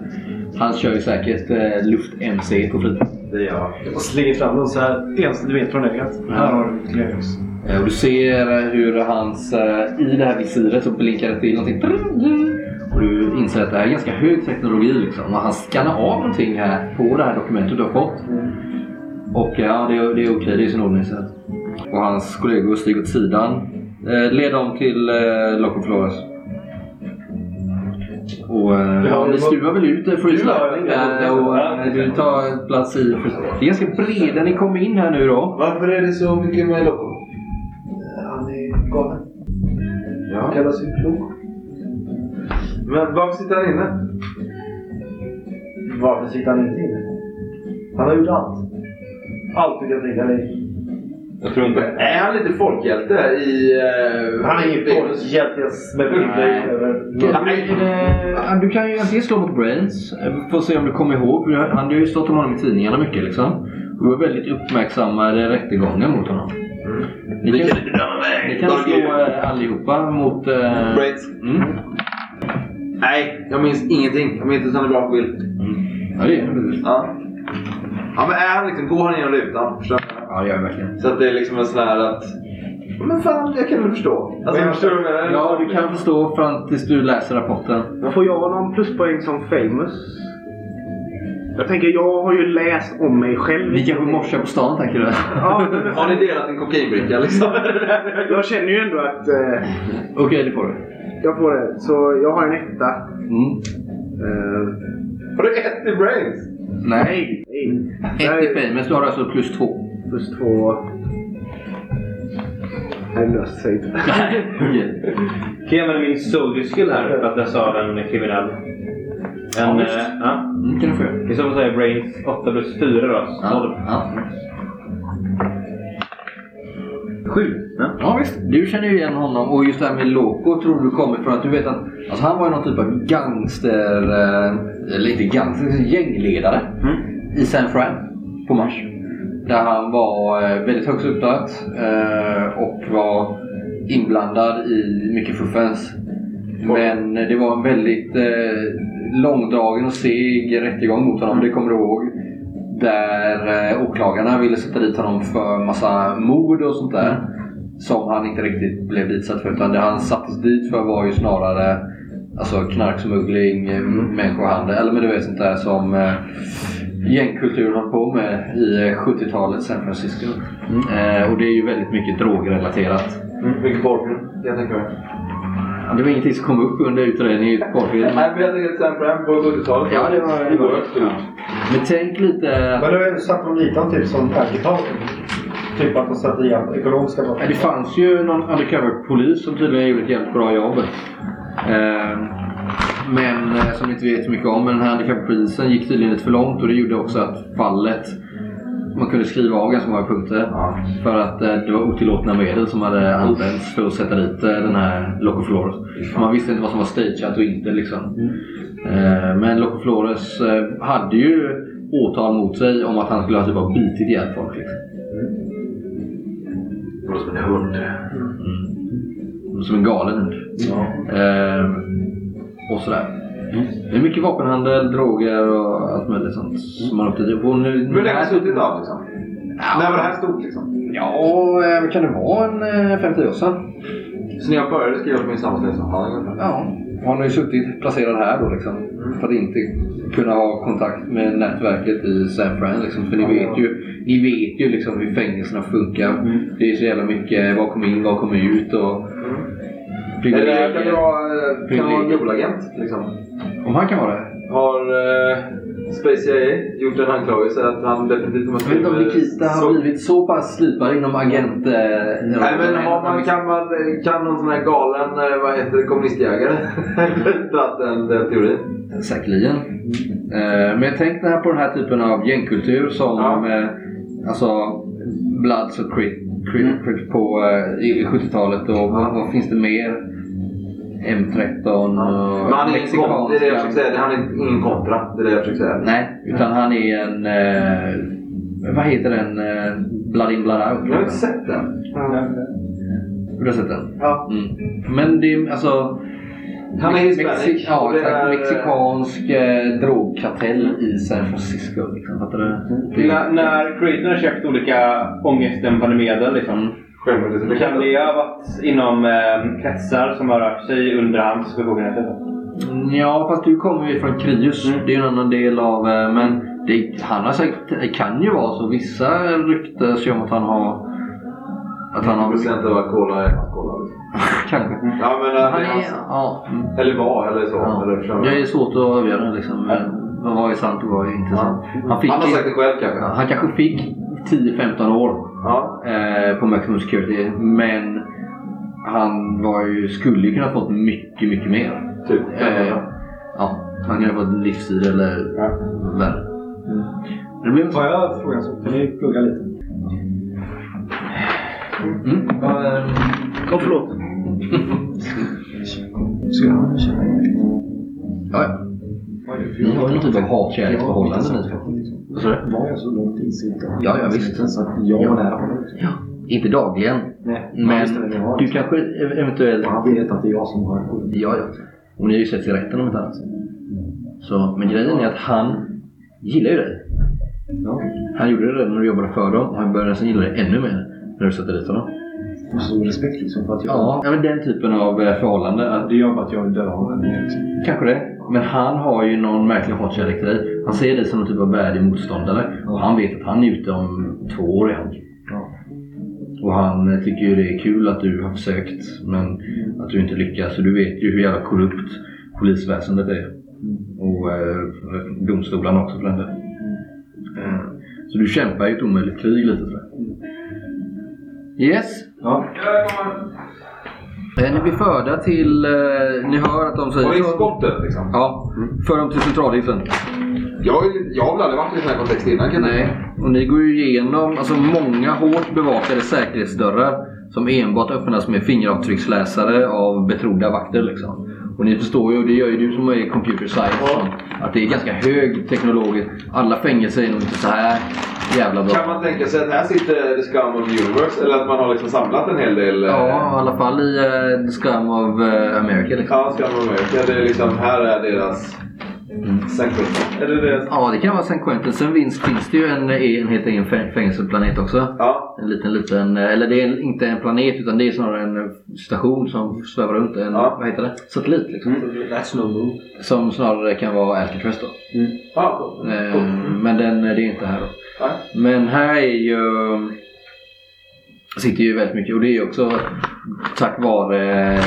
A: Han kör ju säkert eh, luft-MC på fritiden.
B: Det gör jag.
H: Och slänger fram den så här. En centimeter från ögat. Här har du clearance.
A: Eh, Och du ser hur hans, eh, i det här visiret så blinkar det till någonting. Och du inser att det här är ganska hög teknologi liksom. Och han skannar av någonting här på det här dokumentet du har fått. Och ja, det är, det är okej, det är i sin ordning. Så. att- och hans kollegor steg åt sidan. Eh, led dem till eh, Loco Flores. Och eh, ja, ni skruvar väl ut er för utslappning där och eh, du tar plats i... Det är ganska breda ni kom in här nu då.
D: Varför är det så mycket med Loco?
H: Han är galen.
D: Ja.
H: Kallas ju klok.
D: Men varför sitter han inne?
H: Varför sitter han inte inne? Han har gjort allt. Allt du kan tänka dig.
B: Jag tror inte...
D: Är han lite folkhjälte i... eh,
H: Han är ingen
D: Bengals?
H: folkhjälte. Men
A: Nej.
H: över...
A: Eh, Du kan ju antingen slå mot Brains. eh, Får se om du kommer ihåg. Han, det har ju stått om honom i tidningarna mycket liksom. Du var väldigt uppmärksammade rättegången mot honom. Ni kan, ni kan slå eh, allihopa mot... eh,
D: Brains.
A: Mm.
D: Nej, jag minns ingenting. Jag minns inte ens han är bra på bild.
A: Ja, det gör du.
D: Ja. Ja men är han liksom, går han genom lutan? Förstår du?
A: Ja, det gör jag verkligen.
D: Så att det är liksom en sån här att... Men fan, jag kan väl förstå. Alltså, förstår du vad jag menar?
A: Ja, du kan förstå fram tills du läser rapporten.
K: Får jag någon pluspoäng som famous? Jag tänker, jag har ju läst om mig själv.
A: Vi kanske morsar på stan, tänker du?
K: Ja, men
D: Har ni delat en kokainbricka liksom?
K: jag känner ju ändå att eh,
A: Okej, det får du.
K: jag får det. Så jag har en etta.
A: Mm.
K: Eh,
D: Har du ett i brains?
A: Nej.
K: nej.
A: Ett i
K: Nej.
A: famous. Du har alltså plus två.
K: Plus två. Nej, det löste sig inte.
A: Okej.
C: Kan jag använda min soldier skill här för att läsa av en kriminell? En,
A: Ja,
C: eh,
A: visst.
C: ja.
A: Mm, kan du få göra.
C: I så fall säger Brains 8 plus 4 då. så
A: Ja,
C: 12.
A: ja.
C: Sju. Ja.
A: Ja visst, du känner ju igen honom och just det här med Loco tror du kommer från att du vet att alltså han var ju någon typ av gangster, eh, eller inte gangster, gängledare i San Fran på Mars. Där han var eh, väldigt högt uppsatt eh, och var inblandad i mycket fuffens. Men det var en väldigt eh, långdragen och seg rättegång mot honom, det kommer du ihåg. Där eh, åklagarna ville sätta dit honom för massa mord och sånt där som han inte riktigt blev ditsatt för. Utan det han sattes dit för var ju snarare alltså, knarksmuggling, eh, människohandel eller men du vet sånt där som eh, gängkulturen höll på med i eh, 70-talet San Francisco. Eh, och det är ju väldigt mycket drogrelaterat.
D: Mycket
A: mm.
D: porrfilm, jag tänker mig.
A: Det var ingenting som kom upp under utredningen i porrfilmen.
D: Nej, men jag tänker att Sam Fram på Mm. 70-talet
A: Ja, det var- det var-
D: oerhört stort.
A: Men tänk lite att
H: Men du har ju satt dem lite typ som arkitekter. Typ att de satte i ekonomiska
A: Det fanns ju någon undercover-polis som tydligen gjorde ett jävligt bra jobb. Eh, Men eh, som ni inte vet så mycket om. Men den här undercover-polisen gick tydligen lite för långt och det gjorde också att fallet man kunde skriva av ganska många punkter. För att eh, det var otillåtna medel som hade använts för att sätta dit eh, den här Loco Flores. För Man visste inte vad som var stageat och inte liksom. Eh, Men Loco Flores eh, hade ju åtal mot sig om att han skulle ha typ av bitit ihjäl folk. Liksom.
D: Det var som en hund.
A: Som en galen hund. Ehm, och sådär.
D: Mm.
A: Det är mycket vapenhandel, droger och allt möjligt sånt som man åkte dit på. Nu,
D: Hur länge har du suttit av liksom? När var det här stort liksom?
A: Ja, eh, vad kan det vara? En eh, 50 år sedan?
D: Så när jag började skriva på min sammanställningsavhandling ungefär?
A: Ja. Han har ju suttit placerad här då liksom. För att inte kunna ha kontakt med nätverket i San Fran liksom. För ni vet ju, ni vet ju liksom hur fängelserna funkar.
D: Mm.
A: Det är så jävla mycket vad kom in, vad kom ut och...
D: Mm. Är det här kan det vara, eh, kan det vara en
A: Privilegier.
D: dubbelagent liksom?
A: Om han kan vara det?
D: Har eh, Space CIA gjort en anklagelse att han definitivt kommer
A: Jag vet inte om Nikita har blivit så pass slipad inom agent... eh,
D: Nej men har
A: att han-
D: man, kan, man, kan någon sån här galen, eh, vad heter det, kommunistjägare dratt den, den teorin?
A: Säkerligen.
D: Mm.
A: Eh, Men tänk här på den här typen av gängkultur som
D: Ja.
A: eh, alltså Bloods och Crit, Crit,
D: Mm.
A: Crit på eh, i- i 70-talet och vad, vad finns det mer? M13 och
D: Men han är ingen kontra, det är det jag försöker säga. Han är ingen kontra, det är det jag försöker säga.
A: Nej, utan han är en... Eh, vad heter den? Eh, blood in, blood out.
D: Jag har inte sett den.
A: Har du sett den?
H: Ja.
A: Mm. Men det är alltså...
D: Han är hispanic.
A: Mexi- ja,
D: och det
A: exakt.
D: är, eh,
A: Mexikansk eh, drogkartell i San Francisco. Liksom, fattar du? Det är-
C: När, när Creighton har köpt olika ångestdämpande medel liksom.
A: Mm.
D: Självmordet.
C: Det kan det ha varit inom eh, kretsar som har rört sig under hans befogenheter?
A: Mm. Ja, fast du kommer ju från Krius. Det är ju en annan del av... eh, Men det, han har sagt, det kan ju vara så. Vissa ryktas ju om att han har Att han har...
B: procent av alkohol är alkohol.
A: Kanske.
B: Ja, men
D: eh,
A: Han
B: äh,
A: är...
B: hans-
A: Ja. Mm.
B: Eller var, eller så.
A: Ja.
B: Eller, förstår
A: Det
B: du?
A: är svårt att avgöra liksom. eh, Vad var är sant och vad är inte sant? Mm. Han, fick,
B: han har sagt det själv kanske.
A: ja, han kanske fick 10-15 år
B: Ja.
A: eh, på Maximum Security. Men han var ju, skulle ju kunna fått mycket, mycket mer.
B: Typ.
A: Eh, ja, han kunde ha fått livstid eller värre. Det blev inte
H: Tar jag frågan så kan ni plugga lite.
A: Mm.
K: Och förlåt.
H: Ska jag känna igen
A: Ja, ja. Ni har ju någon typ av hatkärleksförhållande ni två. Vad sa du?
H: Var jag så långt insikt?
A: Ja, ja, visst.
H: Så att jag var nära honom.
A: Inte dagligen.
H: Nej, han visste
A: Men
H: vem jag var.
A: du kanske ev- eventuellt...
H: Och Han vet att det är jag som har skjutit.
A: Ja, ja. Och ni har ju sett i rätten om inte annat. Så, men grejen är att han gillar ju dig.
H: Ja.
A: Han gjorde det när du jobbade för dem och han började nästan gilla dig ännu mer när du satte dit honom.
H: Och så respekt liksom för att jag...
A: Ja, ja, men den typen av eh, förhållande. Att,
H: Det liksom- gör bara att jag vill döda honom. egentligen.
A: kanske det. Men han har ju någon märklig hatkärlek till dig. Han ser dig som en typ av värdig motståndare. Och han vet att han är ute om två år igen.
H: Ja.
A: Och han eh, tycker ju det är kul att du har försökt men att du inte lyckas. Så du vet ju hur jävla korrupt polisväsendet är. Och eh, domstolarna också för den delen. Eh, Så du kämpar ju ett omöjligt krig lite sådär. Yes. Eh, Ni blir förda till... eh, Ni hör att de säger...
B: Var det skottet liksom?
A: Ja, för dem till centralhissen.
B: Jag, har ju- jag har väl aldrig varit i en sån här kontext innan kan jag
A: Nej, och ni går ju igenom alltså, många hårt bevakade säkerhetsdörrar som enbart öppnas med fingeravtrycksläsare av betrodda vakter. Liksom. Och ni förstår ju, och det gör ju du som är computer science, som, att det är ganska hög teknologisk. Alla fängelser är nog inte så här jävla bra.
B: Kan man tänka sig att här sitter The Scum of the Universe eller att man har liksom samlat en hel del... eh,
A: Ja, i alla fall i uh, The Scum of eh, America. Liksom.
B: Ja, Scum of America. Det är liksom, här är deras...
A: Mm.
B: Sanctus. Eller deras...
A: Ja, det kan vara San Quentin. Sen finns, finns det ju en, en helt egen fäng- fängelseplanet också.
B: Ja.
A: En liten, liten, eh, eller det är inte en planet utan det är snarare en eh, station som svävar runt. En,
B: Ja.
A: vad heter det? Satellit liksom.
H: Mm. That's no move.
A: Som snarare kan vara Alcatraz då.
B: ja.
A: Eh, Men den, det är inte här då.
B: Nej.
A: Men här är ju... Sitter ju väldigt mycket och det är ju också tack vare eh,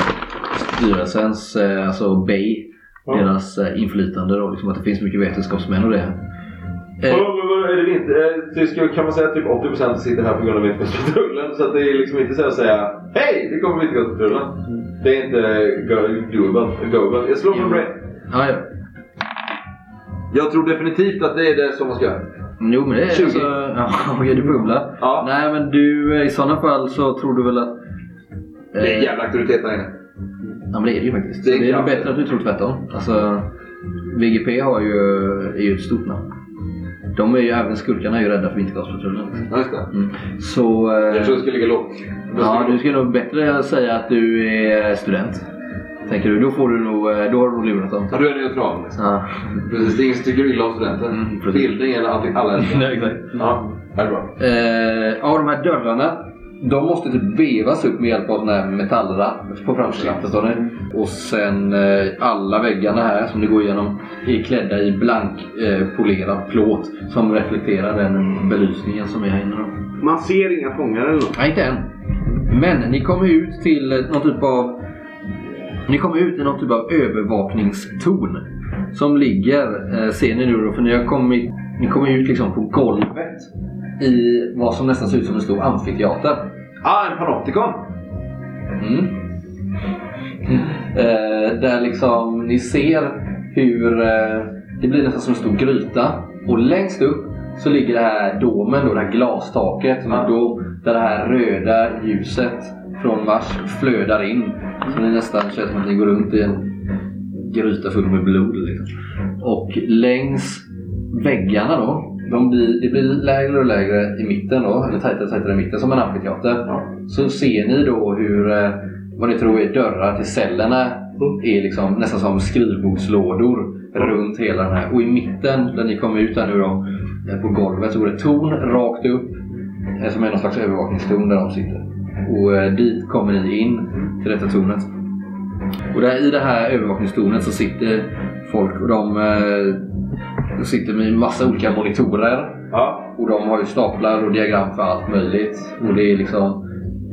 A: styrelsens, eh, alltså Bay, deras eh, inflytande då. Liksom att det finns mycket vetenskapsmän och det. Eh,
B: Vadå, men vadå, är det inte, eh, typ, ska- kan man säga att typ 80% sitter här på grund av Vetenskapspatrullen? Så att det är liksom inte så att säga Hej! Vi kommer till Vetenskapspatrullen. Det är inte go- doable. doable. Jag slår för
A: Mm. Jo.
B: brain.
A: Ja, ja.
B: Jag tror definitivt att det är det som man ska göra.
A: Jo men det är
B: 20.
A: alltså... Ja, okej du bubblar.
B: Ja.
A: Nej men du, eh, i sådana fall så tror du väl att...
B: Det är en
A: Eh, ja
B: jävla auktoritet där inne.
A: men det är det ju faktiskt.
B: Det
A: Det
B: är
A: är, det är nog
B: kraftigt.
A: bättre att du tror tvärtom. Alltså, VGP har ju, är ju ett stort namn. De är ju, även skurkarna är ju rädda för Vintergatspatrullen. liksom.
B: Ja, just det.
A: Så... Eh,
B: Jag tror det ska ligga lågt. Det ska
A: ja,
B: ligga
A: du
B: lågt.
A: ska nog bättre säga att du är student. Tänker du. Då får du nog, eh, då har du nog lurat dem.
B: Ja, du är neutral. liksom.
A: Ja.
B: Precis, det är ingen som tycker illa om studenter.
A: Mm, precis.
B: Bildning eller allting. Alla älskar.
A: Nej, exakt.
B: Ja, det är bra.
A: Eh, ja, de här dörrarna. De måste typ vevas upp med hjälp av den här metallrapp på framsidan. Förstår ni? Och sen eh, alla väggarna här som ni går igenom är klädda i blank eh, polerad plåt som reflekterar den belysningen som är här inne. då.
K: Man ser inga fångar eller något.
A: Nej, inte än. Men ni kommer ut till eh, någon typ av... Ni kommer ut i någon typ av övervakningstorn. Som ligger, eh, ser ni nu då, för ni har kommit... Ni kommer ut liksom på golvet i vad som nästan ser ut som en stor amfiteater.
B: Ah, en panoptikon!
A: Mm. Eh, där liksom ni ser hur eh, det blir nästan som en stor gryta. Och längst upp så ligger det här domen, då, det här glastaket. Som är en dom där det här röda ljuset från Mars flödar in. Så det nästan känns som att ni går runt i en gryta full med blod. Liksom. Och längs väggarna då. De blir, det blir lägre och lägre i mitten då, eller tajtare och tajtare i mitten som en amfiteater. Så ser ni då hur, eh, vad ni tror är dörrar till cellerna är liksom nästan som skrivbordslådor runt hela den här. Och i mitten, där ni kommer ut här nu då, eh, på golvet, så går det torn rakt upp. eh, Som är någon slags övervakningstorn där de sitter. Och eh, dit kommer ni in till detta tornet. Och där, i det här övervakningstornet så sitter folk och de eh, sitter med massa olika monitorer.
B: Ja.
A: Och de har ju staplar och diagram för allt möjligt. Och det är liksom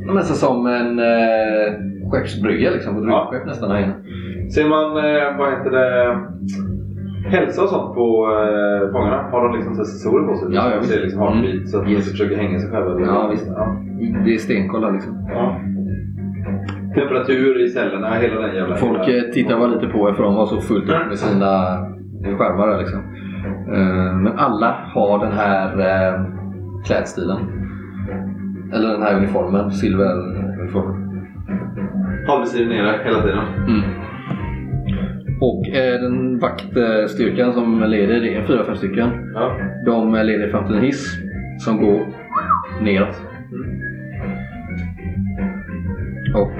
A: Ja, Nästan som en eh, skeppsbrygga liksom. Ett
D: Ja.
A: rymdskepp nästan här inne.
D: Ser man, eh, vad heter det, hälsa och sånt på eh, fångarna? Har de liksom så här sensorer på sig?
A: Ja, ja,
D: Så
A: visst.
D: Ser liksom heartbeat så att de
B: Mm.
A: Yes.
D: inte försöker hänga sig själva?
A: Ja, visst.
D: Ja.
A: Det är stenkoll här liksom.
D: Ja. Temperatur i cellerna, hela den jävla...
A: Folk eh, tittar bara lite på er för de var så fullt upp med sina skärmar där liksom. Eh, Men alla har den här eh, klädstilen. Eller den här uniformen, silveruniformen.
D: Halvsidan nere hela tiden.
A: Mm. Och eh, den vaktstyrkan som leder, det är fyra, fem stycken.
D: Ja.
A: De leder fram till en hiss som går neråt. Och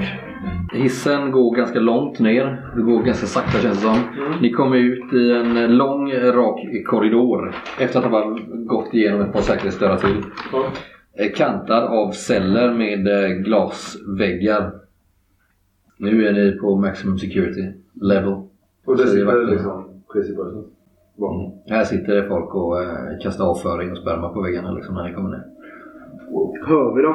A: hissen går ganska långt ner. Det går ganska sakta känns det som. Ni kommer ut i en lång rak korridor efter att ha bara gått igenom ett par säkerhetsdörrar till. Eh, Kantad av celler med eh, glasväggar. Nu är ni på maximum security level. Så
D: Och det
A: det är
D: sitter
A: vakter.
D: liksom crazy person. bakom.
A: Här sitter det folk och eh, kastar avföring och sperma på väggarna liksom, när ni kommer ner.
K: Hör vi dem?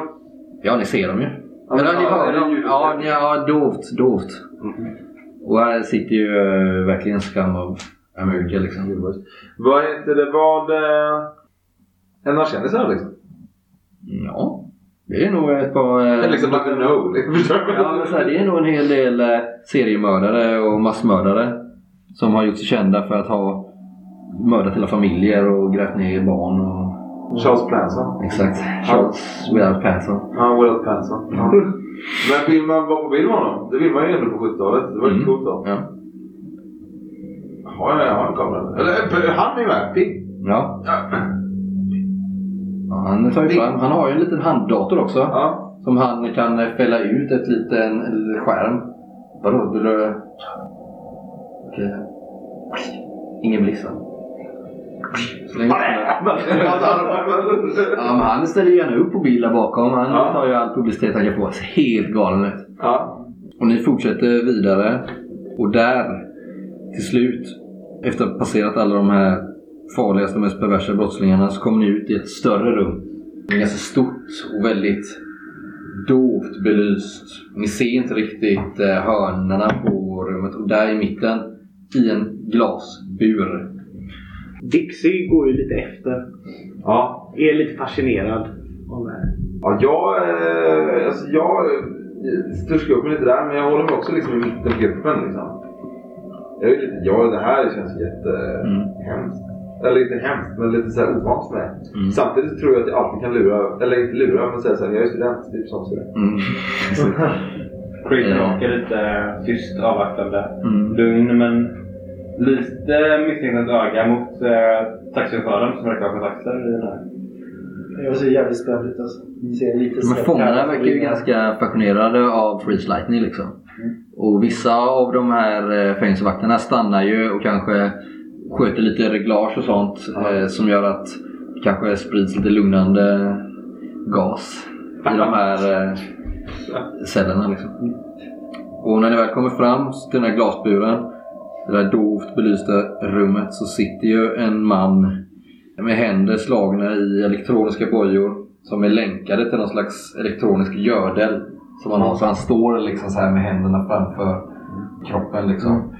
A: Ja, ni ser dem ju.
D: Ja, men
A: Eller, ni
D: ja,
A: hör
D: är det
A: dem.
D: ljud? Mm.
A: Ja, ni- ja, dovt, dovt. Och här sitter ju eh, verkligen skam av America liksom.
D: Vad heter det? Vad... eh, En av kändisarna liksom?
A: Mm, Ja, det är nog ett par... eh,
D: Eller liksom like a no. liksom, förstår du?
A: Ja, men så här, det är nog en hel del eh, seriemördare och massmördare som har gjort sig kända för att ha mördat hela familjer och grävt ner barn. Och,
D: Charles Planson.
A: exakt. Charles Willard Persson.
D: Ja, Willard Planson. Ja. Men vill man vara på bild med honom? Det vill man ju ändå på 70-talet. Det var lite
A: Mm.
D: coolt då.
A: Ja.
D: Har jag, jag har en kamera. Eller eh, han är ju med. Pigg.
A: ja. Ja, Han tar ju fram, han har ju en liten handdator också.
D: Ja.
A: Som han kan eh, fälla ut ett liten en liten skärm. Vadå? Vill du... Okej. Ingen blissa. Släng ut den där. Ja, men han ställer ju gärna upp på bilen bakom. Han
D: Ja.
A: tar ju all publicitet han kan få. Ser helt galen ut.
D: ja.
A: Och ni fortsätter vidare. Och där, till slut, efter att ha passerat alla de här farligaste och mest perversa brottslingarna så kommer ni ut i ett större rum. Det är Ganska stort och väldigt dovt belyst. Ni ser inte riktigt eh, hörnerna på rummet. Och där i mitten, i en glasbur,
K: Dixie går ju lite efter.
D: ja.
K: Är lite fascinerad av det här.
D: Ja, jag, eh, alltså jag eh, sturskar upp mig lite där, men jag håller mig också liksom i mitten på gruppen. Liksom. Jag är lite, ja det här känns jättehemskt. Eller inte hemskt, men lite så här ovant för mig.
A: Mm.
D: Samtidigt så tror jag att jag alltid kan lura, eller inte lura, men säga så här, jag är student, typ sånt. Så
A: Mm.
C: Creator åker lite eh, tyst avvaktande.
A: Mm.
C: Lugn men lite misstänksamt öga mot eh, taxichauffören som verkar ha kontakter i den här.
H: Jag ser jävligt spänd ut alltså. Ni ser lite
A: Men
H: snett
A: fångarna
H: här.
A: verkar ju ganska passionerade av Freeze Lightning liksom.
H: Mm.
A: Och vissa av de här eh, fängelsevakterna stannar ju och kanske sköter lite reglage och sånt eh, som gör att det kanske sprids lite lugnande gas i de här eh, cellerna. Liksom. Och när ni väl kommer fram till den här glasburen, det där dovt belysta rummet, så sitter ju en man med händer slagna i elektroniska bojor som är länkade till någon slags elektronisk gördel. Som han, har. Så han står liksom så här med händerna framför kroppen. Liksom.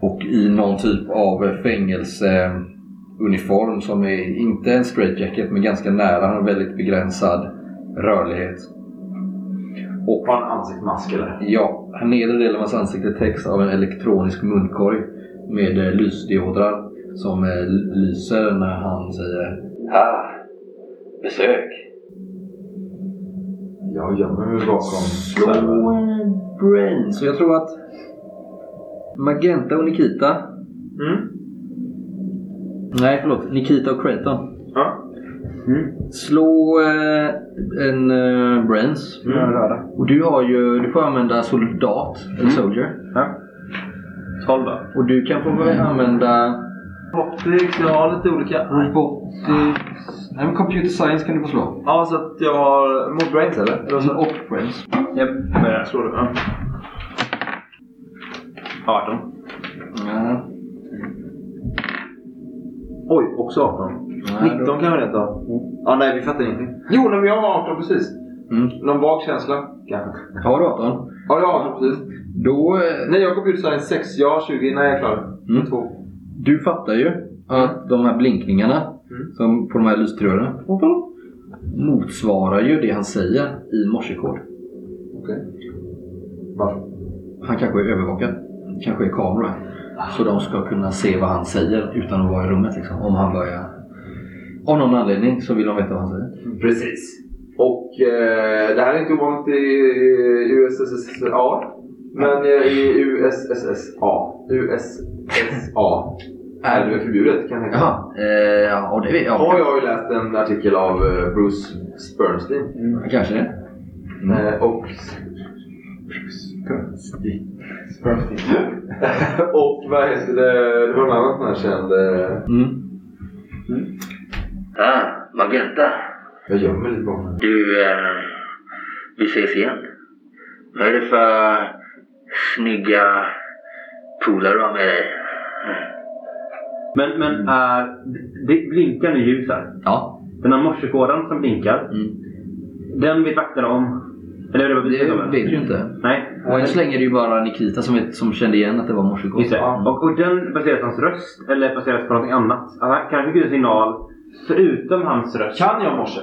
A: Och i någon typ av fängelseuniform som är inte en straight jacket men ganska nära. Han har väldigt begränsad rörlighet. Och
D: Har han ansiktsmask eller?
A: Ja, här nedre delen av hans ansikte täcks av en elektronisk munkorg med eh, lysdiodrar som eh, lyser när han säger Här! Besök!
D: Jag gömmer mig bakom.
A: Slå en brain. Så jag tror att Magenta och Nikita. Mm. Nej, förlåt. Nikita och Kraton.
D: Ja.
A: Slå eh, en eh,
C: Mm.
A: brains. Och du har ju, du får använda soldat, eller soldier.
C: 12 då.
A: Och du kan få börja använda...
L: Optics, jag har lite olika.
A: Robotics... Nej men computer science kan du få slå. Mm,
L: Ja, så att jag har... Mot brains eller? eller så,
A: Och brains.
C: Jag börjar.
L: slår du? Ja.
C: 18.
A: Ja.
L: Oj, också 18.
A: Nej, då-
D: Mm.
L: 19 kan jag rent av. Ja, nej vi fattar ingenting.
D: Jo, nej, men jag var 18 precis.
A: Mm.
D: Någon vag känsla? Kanske.
A: Har du 18?
D: Ja, ja, precis.
A: Då... eh,
D: Nej, Jakob utsänder en 6. Jag har 20 innan jag är klar.
A: Mm.
D: Två.
A: Du fattar ju
L: Mm.
A: att de här blinkningarna som på de här lyströrerna motsvarar ju det han säger i morsekod.
D: Okej. Varför?
A: Han kanske är övervakad. Kanske är kamera. Så de ska kunna se vad han säger utan att vara i rummet. Liksom. Om han börjar... Av någon anledning så vill de veta vad han säger.
D: Precis. Och eh, det här är inte ovanligt i eh, USSSA. Men eh, i USSSA. USSA. Är det förbjudet kan jag tänka mig.
A: Jaha. Eh, ja, det vet jag.
D: Har jag ju läst en artikel av eh, Bruce Bernstein.
A: Kanske det.
D: Eh, och... och vad heter det? Det var en annan sån här känd... eh,
A: Mm.
M: Mm. Ah, Magenta.
D: Jag gömmer lite bakom den.
M: Du, eh, vi ses igen. Vad är det för snygga polare du har med dig?
C: Men,
A: Mm.
C: men är... Det blinkar nu ljus här.
A: Ja.
C: Den här morsekådan som blinkar.
A: Mm.
C: Den vet vakterna om. Eller det var precis
A: Det
C: om
A: vet ju inte.
C: Nej.
A: Och än så länge är det ju bara Nikita som, vet, som kände igen att det var morsekod.
C: Just det. Och, och den baseras på hans röst eller baseras på något annat. Alltså, han kanske fick en signal förutom hans röst.
N: Kan jag morse?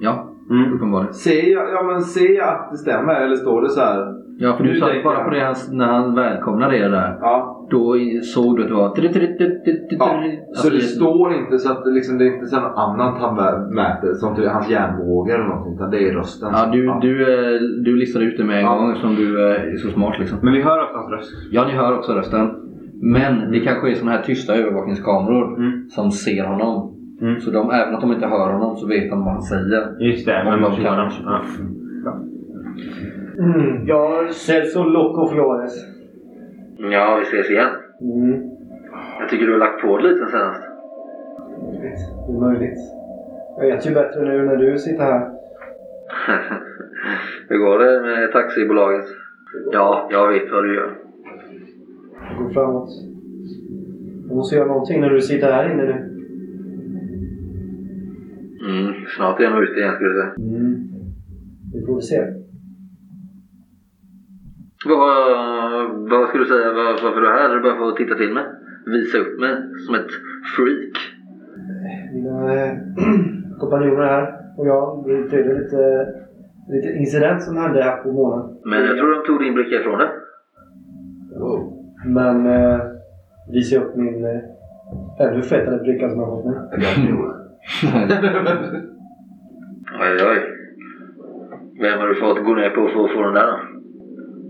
A: Ja,
C: Mm.
A: uppenbarligen.
D: Ser jag, ja, men ser jag att det stämmer eller står det så här?
A: Ja, för du
D: Nu
A: satt
D: tänker
A: bara
D: jag.
A: på det hans, när han välkomnade er där.
D: Ja.
A: Då i- såg du att det var...
D: ja. Så
A: Alltså,
D: det står inte så att det, liksom, det är inte så här något annat han mä- mäter, som till hans hjärnvågor eller någonting, utan det är rösten.
A: Ja, du, du, eh, du listade ut det med en
D: Ja.
A: gång som du eh, är så smart liksom.
C: Men vi hör också hans röst.
A: Ja, ni hör också rösten. Men det kanske är såna här tysta övervakningskameror
C: Mm.
A: som ser honom.
C: Mm.
A: Så de, även om de inte hör honom så vet de vad han säger.
C: Just det,
A: Om
C: men
A: de
C: morsekådan.
A: kan.
C: Ja.
H: Mm, ja, Celso Loco Flores.
M: Ja, vi ses igen.
H: Mm,
M: Jag tycker du har lagt på lite senast.
H: möjligt. Det är möjligt. Jag vet ju bättre nu när du sitter här.
M: Hur går det med taxibolaget? Ja, jag vet vad du gör.
H: Jag går framåt. Jag måste göra någonting när du sitter här inne nu.
M: Mm, snart är jag nog ute igen skulle jag säga.
H: Mm. Vi får se.
M: Vad, vad ska du säga? Var, varför du är här? Är det bara för att titta till mig? Visa upp mig som ett freak?
H: Mina eh, kompanjoner här och jag, vi utredde lite, lite incident som hände här på månaden.
M: Men jag tror de tog din bricka ifrån dig.
H: Men eh, visar upp min eh, ännu fetare bricka som jag har fått nu.
M: Oj, oj. Vem har du fått gå ner på för att få den där då?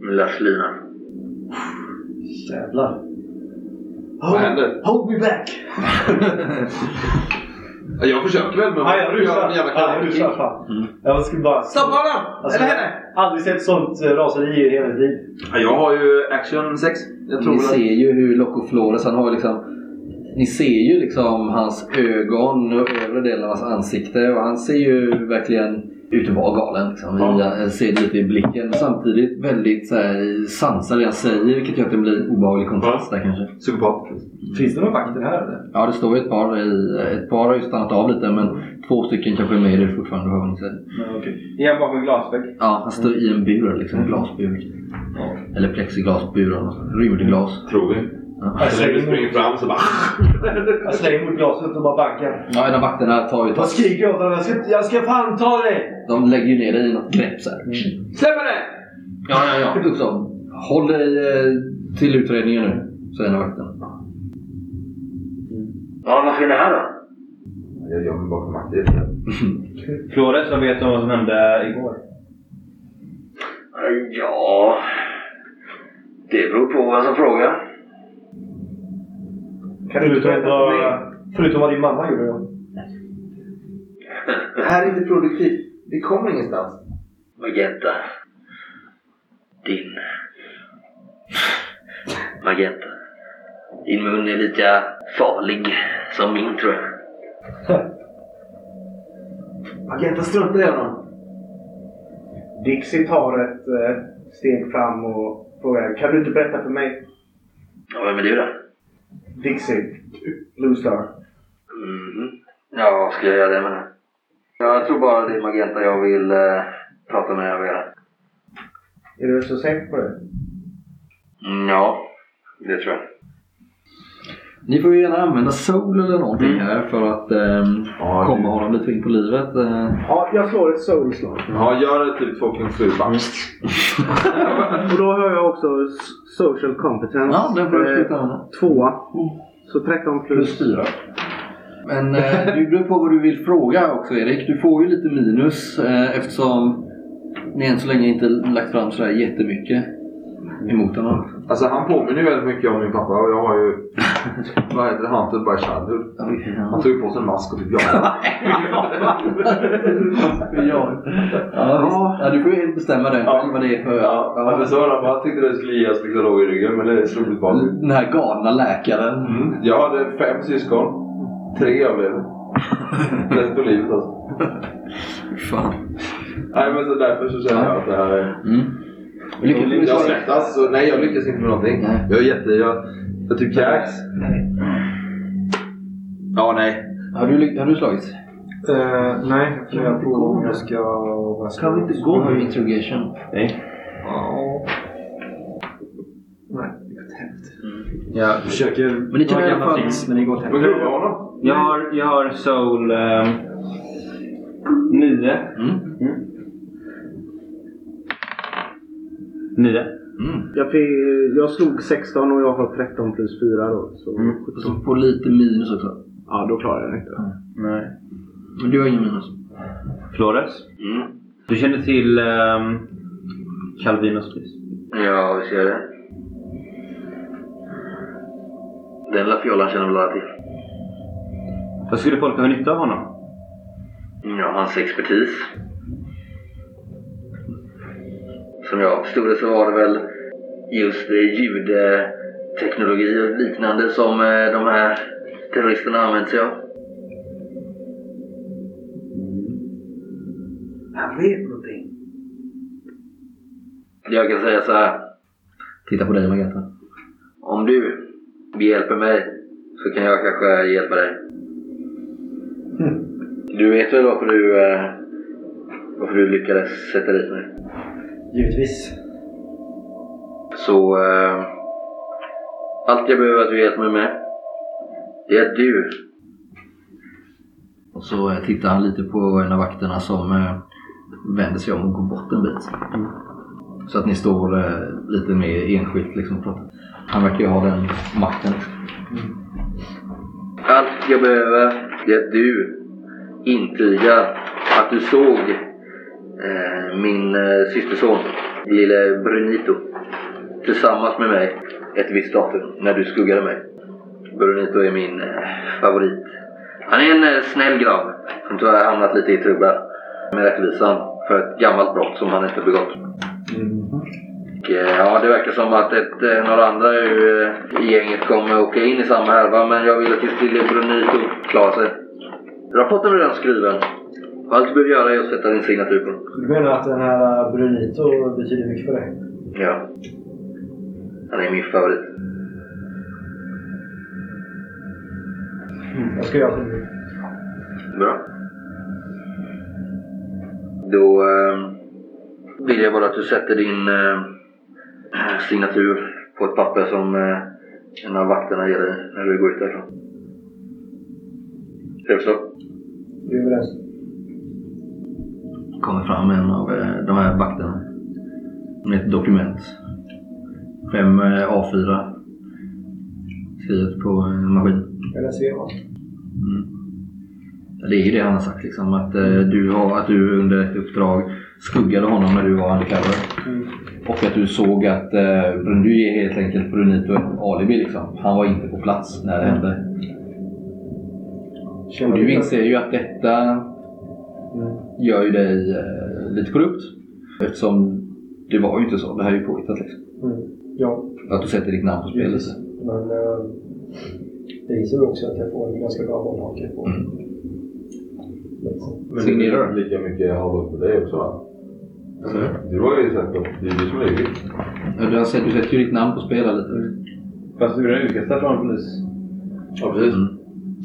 M: Den Lilla slinan.
H: Jävlar.
D: Vad händer?
H: Hold me back!
D: Ja, Jag försöker väl men...
H: Nej, jag
D: Ja,
H: rusar.
D: men
H: Ja, jag
D: jävla
H: rusar fan. Jag skulle bara...
N: Mm. Stoppa honom!
H: Alltså,
N: Eller
H: jag
N: henne!
H: har aldrig sett sånt eh, raseri i hela mitt liv.
D: Ja, jag har ju action 6. Jag tror
A: Ni
D: väl att...
A: ser ju hur Loco Flores, han har ju liksom... Ni ser ju liksom hans ögon och övre delen av hans ansikte och han ser ju verkligen ut att vara galen. Liksom. Jag ser det lite i blicken. Samtidigt väldigt så här, sansad i det han säger vilket gör att det blir en obehaglig kontrast där kanske.
D: Psykopat.
N: Finns det några vakter här eller?
A: Ja, det står ju ett par. I, ett par har ju stannat av lite, men två stycken kanske är med i det fortfarande. Hör man inte.
C: Är han bakom en glasvägg?
A: Ja, han står i en bur, liksom en glasbur. Eller plexiglasbur eller något sånt. Rymdglas.
D: Tror vi.
H: Jag
D: Så länge du
H: slänger,
D: springer fram så bara...
H: jag slänger mot glaset och bara bankar.
A: Ja, en av vakterna tar ju
H: Jag
A: tag.
H: skriker åt honom. Jag ska, jag ska fan ta dig!
A: De lägger ju ner dig i något grepp så här.
M: Mm.
N: Släpp henne!
A: Ja, ja, ja. Liksom. Håll dig eh, till utredningen nu, säger en av vakterna.
M: Mm. Ja, varför är ni här då?
D: Jag gömmer bakom Matti.
C: Flores, vad vet du om vad som hände igår?
M: Ja... Det beror på vem som frågar.
H: Kan du berätta för mig? Förutom vad din mamma gjorde då.
D: Det här är inte produktivt. Vi kommer ingenstans.
M: Magenta. Din... Magenta. Din mun är lika farlig som min tror jag.
D: Agenta struntar i honom.
K: Dixie tar ett eh, steg fram och frågar Kan du inte berätta för mig?
M: Ja, vem är du då?
K: Dixie, Blue Star.
M: Mhm. Ja, vad ska jag göra det med det? Jag tror bara det är Magenta jag vill eh,
A: prata med er igen.
H: Är du så säker på det?
A: Mm, Ja, det tror jag.
O: Ni får ju gärna använda Soul eller någonting
M: Mm.
O: här för att ehm, komma honom lite in på livet. eh.
K: Ja, jag slår ett soulslag.
D: Ja, typ gör det till 2.7 bara.
K: Och då har jag också s- social competence.
O: Ja, den får du
K: Eh,
O: sluta med.
K: Tvåa.
H: Mm.
K: Så 13 plus.
O: Plus fyra. Men eh, det beror på vad du vill fråga också Erik. Du får ju lite minus eh, eftersom ni än så länge inte lagt fram sådär jättemycket emot honom.
D: Alltså han påminner ju väldigt mycket om min pappa och jag har ju... Vad heter det? typ Hunted by Childhood. Han tog ju på sig en mask och fick jaga.
O: Ja, visst. ja, du får ju bestämma det själv vad det är för...
D: Ja, men så var det. Han tyckte det skulle ge oss liksom råg i ryggen, men det slog ut bara.
O: Den här galna läkaren.
D: Mm. Jag hade fem syskon. Tre överlevde. Resten av livet alltså.
O: Fan.
D: Nej, men så därför så känner jag att det här är...
O: Mm. Lycka till med
D: Jag
O: svaret.
D: svettas. så- Nej, jag lyckas inte med någonting.
O: Nej.
D: Jag är jätte... Jag, jag typ kräks. Ja, nej.
O: Har du, ly- har du slagit?
H: Uh, nej, jag funderar på om jag ska... vad ska
O: Kan vi inte gå? Du har ju interrogation.
H: Jag försöker... Men
O: ni kan i alla fall-
H: Men det går inte.
D: Vad kan du honom?
C: Jag har, jag har soul... Eh, nio.
O: Mm.
C: Nio.
K: Jag, fick, jag slog 16 och jag har 13 plus 4 då. Så
C: Mm.
K: 17.
O: Och så får lite minus också.
K: Ja, då klarar jag det inte.
C: Nej.
O: Men du har ingen minus.
C: Flores.
A: Mm.
C: Du känner till um, Calvinos pris?
A: Ja, vi ser det. Den lilla fjollan känner väl alla till.
C: Vad skulle folk ha nytta av honom?
A: Ja, hans expertis. Som jag förstod det så var det väl just eh, ljudteknologi och liknande som eh, de här terroristerna använt sig av.
H: Han vet någonting.
A: Jag kan säga så här.
O: Titta på dig Magenta.
A: Om du hjälper mig så kan jag kanske hjälpa dig. Du vet väl varför du, eh, varför du lyckades sätta dit mig?
H: Givetvis.
A: Så eh, allt jag behöver att du hjälper mig med det är att du
O: Och så eh, tittar han lite på en av vakterna som eh, vänder sig om och går bort en bit. Så att ni står eh, lite mer enskilt liksom och pratar. Han verkar ju ha den makten.
A: Allt jag behöver är att du intygar att du såg eh, min eh, systerson, lille Brunito, tillsammans med mig ett visst datum när du skuggade mig. Brunito är min eh, favorit. Han är en eh, snäll grabb som tyvärr har hamnat lite i trubbel med rättvisan för ett gammalt brott som han inte begått. Och, eh, Ja, det verkar som att ett, eh, några andra ur eh, gänget kommer åka in i samma härva, men jag vill att just lille Brunito klarar sig. Rapporten är redan skriven. Allt du behöver göra är att sätta din signatur på den.
H: Du menar att den här eh, Brunito betyder mycket för dig?
A: Ja. Han är min favorit.
H: Vad ska jag göra för dig?
A: Bra. Då eh, vill jag bara att du sätter din eh, signatur på ett papper som eh, en av vakterna ger dig när du går ut därifrån. Trevligt så.
H: Du är överens?
O: Kommer fram en av eh, de här vakterna. Med ett dokument. Fem eh, A4. Skrivet på en maskin.
H: Eller ser jag?
O: Ja, Det är ju det han har sagt liksom. Att, eh, du, har, att du under ett uppdrag skuggade honom när du var undercover. Och att du såg att eh, du ger helt enkelt Brunito ett alibi liksom. Han var inte på plats när det hände. Och
H: Känner
O: du
H: du-
O: inser ju att detta
H: Mm.
O: gör ju dig eh, lite korrupt. Eftersom det var ju inte så. Det här är ju påhittat liksom.
H: Mm. Ja,
O: Att du sätter ditt namn på spelet.
H: Precis. men eh, det visar ju också att jag får en ganska bra hållhake på.
O: Mm.
D: Men
O: Signerar
D: du lika mycket håller på dig också va? Du har ju sett dem. Det är du som är lycklig.
O: Ja, Du, har sett, du sätter ju ditt namn på spelet lite.
C: Fast du är utkastad från polis.
D: Ja, precis.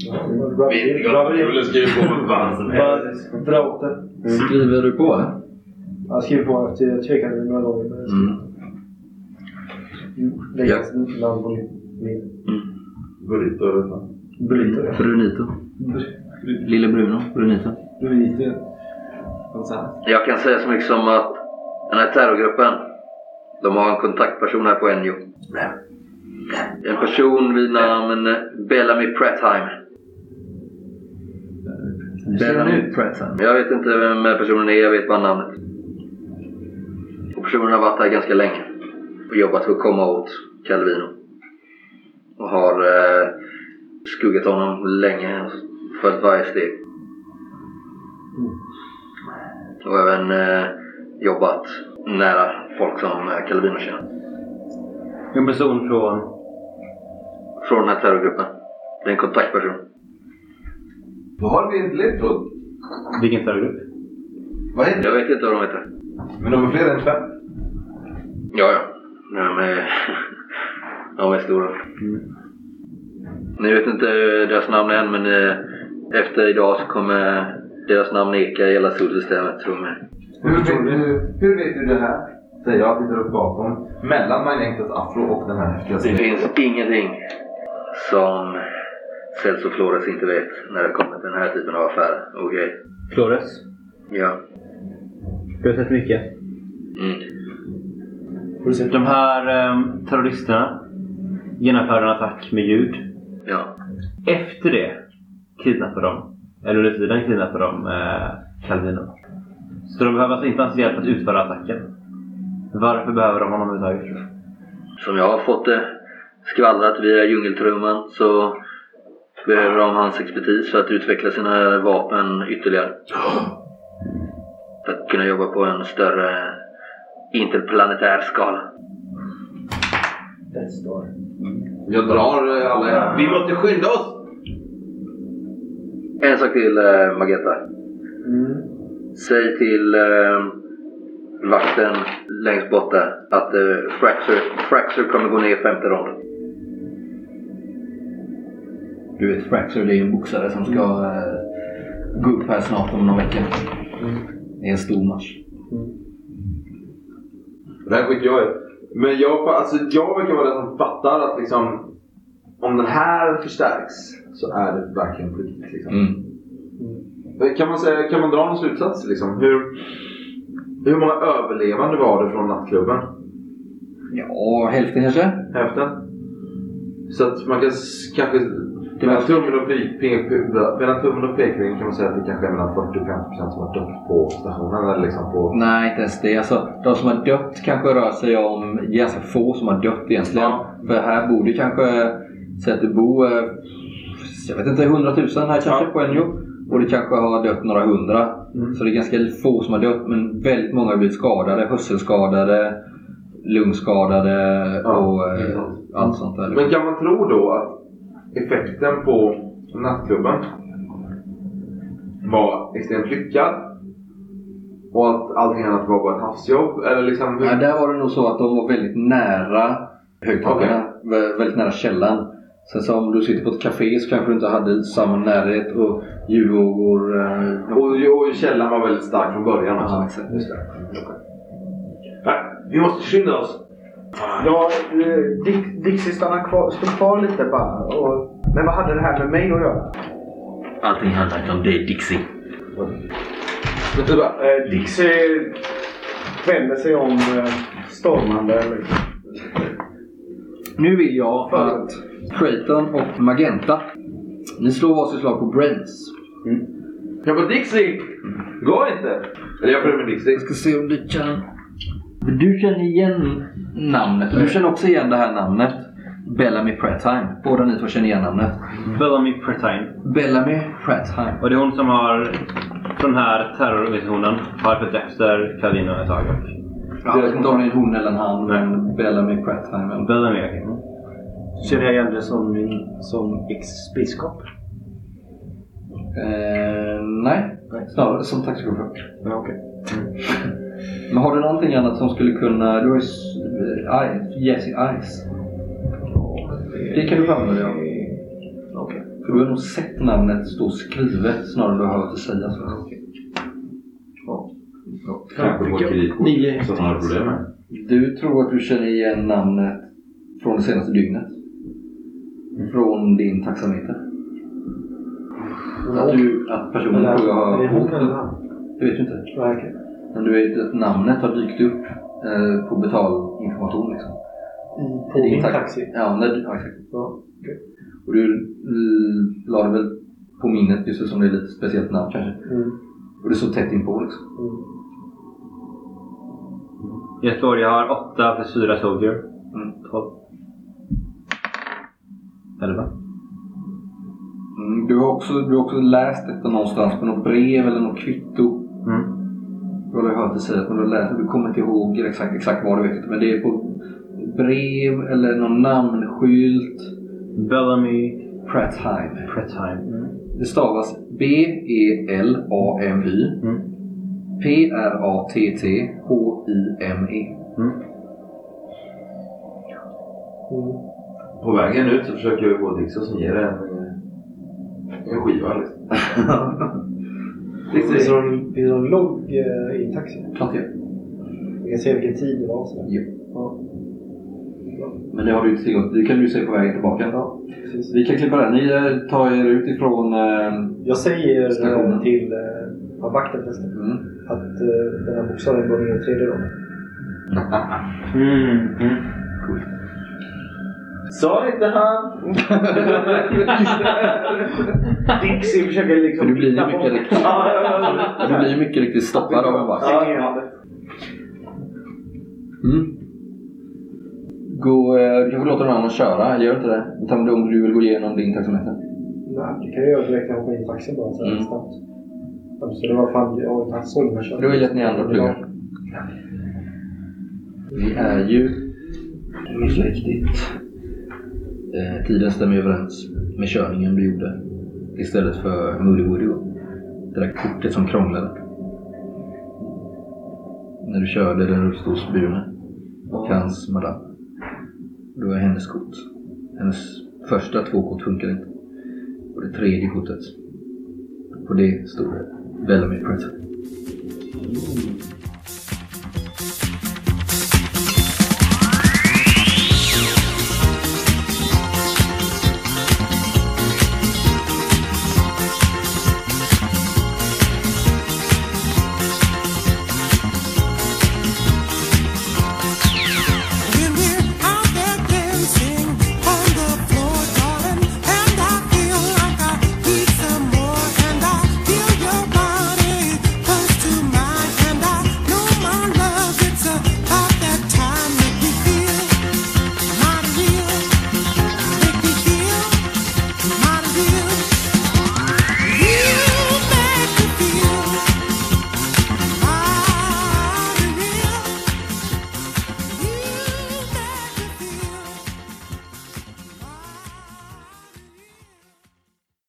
H: Ja, det var bra.
D: Jag skulle skriva på mig vad fan som helst.
H: Dra åt det.
O: Skriver du på? eller?
H: Jag skrev på att jag tvekade några gånger. Men jag skrev.
A: Mm.
H: Mm. Det
A: Ja.
H: är ett namn på min- min
D: Burrito eller nåt.
H: burrito.
A: Brunito. Lille Bruno. Brunito.
H: Burrito.
P: Jag kan säga så mycket som att den här terrorgruppen, de har en kontaktperson här på NU. En person vid namn eh, Bellamy Pratheim.
A: Bellamy Pratham.
P: Jag vet inte vem personen är, jag vet bara namnet. Och personen har varit här ganska länge och jobbat för att komma åt Calvino. Och har eh, skuggat honom länge och följt varje steg. Och även eh, jobbat nära folk som eh, Calvino känner.
C: En person från...
P: Från den här terrorgruppen. Det är en kontaktperson.
D: Då har vi inte levt då.
C: Vilken terrorgrupp?
D: Vad heter
P: Jag vet inte vad de heter.
D: det? Men de är fler än fem.
P: Ja, ja. Nej, men... De är stora. Ni vet inte deras namn än, men eh, efter idag så kommer deras namn eka i hela solsystemet, tror jag.
D: Hur vet, du, hur vet du det här? Säger jag och tittar upp bakom. Mellan Magnentas afro och den här häftiga
P: Det
D: stilen.
P: finns ingenting som Celso Flores inte vet när det kommer till den här typen av affärer och grejer.
C: Flores.
P: Ja.
C: Du har sett mycket.
P: Mm.
C: De här um, terroristerna genomförde en attack med ljud.
P: Ja.
C: Efter det kidnappade de, eller under tiden kidnappade de eh, Calvino. Så de behöver alltså inte hans hjälp att utföra attacken. Varför behöver de honom överhuvudtaget?
P: Som jag har fått det skvallrat via djungeltrumman så behöver de hans expertis för att utveckla sina vapen ytterligare. För att kunna jobba på en större interplanetär skala.
H: Death Star.
D: Jag drar eh, alla era... Vi måste skynda oss!
P: En sak till eh, Magenta.
H: Mm.
P: Säg till eh, vakten längst bort där att eh, Fracture, Fracture kommer gå ner i femte ronden.
A: Du vet Fracture, det är en boxare som ska eh, gå upp här snart om någon vecka.
P: Mm.
A: Det är en stor match.
D: Det här skiter jag i. Men jag, fa- alltså, jag verkar vara den som fattar att liksom... Om den här förstärks så är det verkligen på riktigt. Liksom.
A: Mm.
D: Kan man, säga, kan man dra någon slutsats? Liksom? Hur, hur många överlevande var det från nattklubben?
A: Ja, hälften kanske?
D: Hälften? Så att man kan s- kanske...
A: Det
D: Mellan
A: var-
D: tummen och pek- pek- pek- mellan tummen och pekfingret kan man säga att det kanske är mellan 40 och 50 procent som har dött på stationen. Eller liksom på...
A: Nej, inte ens det. Alltså, de som har dött kanske rör sig om ganska få som har dött egentligen.
D: Ja.
A: För här bor det kanske, säg att det bor, eh, jag vet inte, 100 000 här kanske
D: Ja. Mm.
A: på en jobb. Och det kanske har dött några hundra. Så det är ganska få som har dött men väldigt många har blivit skadade. Hörselskadade, lungskadade
D: Ja,
A: och eh,
D: exakt.
A: allt sånt där.
D: Men kan man tro då att effekten på nattklubben var extremt lyckad? Och att allting annat var bara ett havsjobb? Eller liksom hur?
A: Ja, där var det nog så att de var väldigt nära högtalarna. vä- Väldigt nära källan. Sen så om du sitter på ett café så kanske du inte hade samma närhet och ljudvågor. eh,
D: Och, och källan var väldigt stark från början också.
A: Ja, exakt.
D: Just det. Okej. Nej, vi måste skynda oss.
H: Ja, eh, Dick, Dixie stannar kvar, står kvar lite bara. Och, men vad hade det här med mig att göra?
P: Allting handlar inte om dig Dixie.
D: Det är bra.
K: Eh, Dixie vänder sig om eh, stormande. Liksom.
A: Nu vill jag att Creighton och Magenta, ni slår varsitt slag på Brains.
D: Jag bara Dixie! Gå inte! Eller jag följer med Dixie.
A: Jag ska se om du kan... Du känner igen namnet. Du känner också igen det här namnet. Bellamy Prattime. Båda ni två känner igen namnet.
C: Bellamy Pretine.
A: Bellamy Prattime.
C: Och det är hon som har, från den här terrororganisationen, har följt efter Calvino ett tag.
A: Jag vet inte om det är en hon eller en han, men Bellamy Prattime. eller-
C: Bellamy, okej.
H: Känner jag igen det som min som ex-biskop?
A: Eh, nej, snarare som taxichaufför. Mm.
H: Ja, okej.
A: Men har du någonting annat som skulle kunna... Du har ju... s- eh, Ice. Yes, Ice. Det kan du framhålla, ja.
H: Okej.
A: För du har nog sett namnet stå skrivet snarare än du har hört det sägas. va?
H: Ja.
A: Ja.
B: Kanske på ett kreditkort
J: Nio.
B: som han har problem med.
A: Du tror att du känner igen namnet från det senaste dygnet. Från din taxameter. Att, du, att personen tror jag
H: Är det
A: har
H: hon
A: åkt
H: eller
A: upp.
H: han?
A: Det vet du inte.
H: Nej, okej.
A: Men du vet att namnet har dykt upp eh, på betalinformation liksom.
H: I- På
A: Din
H: min
A: tax-
H: taxi.
A: Ja, när du, ja, exakt.
H: Ja, okej.
A: Och du l- la det väl på minnet just eftersom det är lite speciellt namn kanske.
H: Mm.
A: Och det står tätt inpå liksom.
C: Jag står, jag har 8 för 4 soldier. 12. 11.
A: Mm, du, har också, du har också läst detta någonstans på något brev eller något kvitto.
C: Mm.
A: Du har väl hört det sägas men du, har läst, du kommer inte ihåg exakt, exakt vad du vet. Men det är på brev eller någon namnskylt.
C: Bellamy
A: Pratheim.
C: Pretime.
A: Det stavas E B-E-L-A-M-Y
C: Mm.
A: P-R-A-T-T-H-I-M-E.
B: På vägen ut så försöker jag få Dixon som ger en, eh, en skiva liksom.
H: Mm. Finns det någon- finns det någon logg eh, i taxin?
A: Klart det
H: Vi kan se vilken tid det var. och sådär.
A: Ja.
H: Ja,
A: Men det har du inte tillgång till. Det kan du se på vägen tillbaka.
H: ja, precis.
A: Vi kan klippa den. Ni eh, tar er ut ifrån... eh, mm.
H: Jag säger
A: Stationen.
H: eh, till eh, ja, vakten förresten
A: Mm.
H: att eh, den här boxaren går ner i tredje ronden.
C: Mm. Mm.
D: Sa inte han?
Q: Dixie försöker
A: För
Q: liksom...
A: du blir ju mycket riktigt, du blir ju mycket riktigt stoppad av en vakt. Mm. Gå, eh, du kanske låter någon annan köra, gör inte det? Utan om du vill gå igenom din taxameter.
H: Nej, det kan jag göra direkt när jag hoppar in i taxin bara så här
A: Mm.
H: snabbt. Ja, Så det var fan, jag har inte haft sån här
A: Då är det att ni andra pluggar. Vi är ju mycket riktigt. Eh, tiden stämmer överens med körningen du gjorde. Istället för Moody Woody. Det där kortet som krånglade. När du körde den rullstolsburne och hans madam. Det var hennes kort. Hennes första två kort funkade inte. Och det tredje kortet. På det stod det Bellamy Pretzel.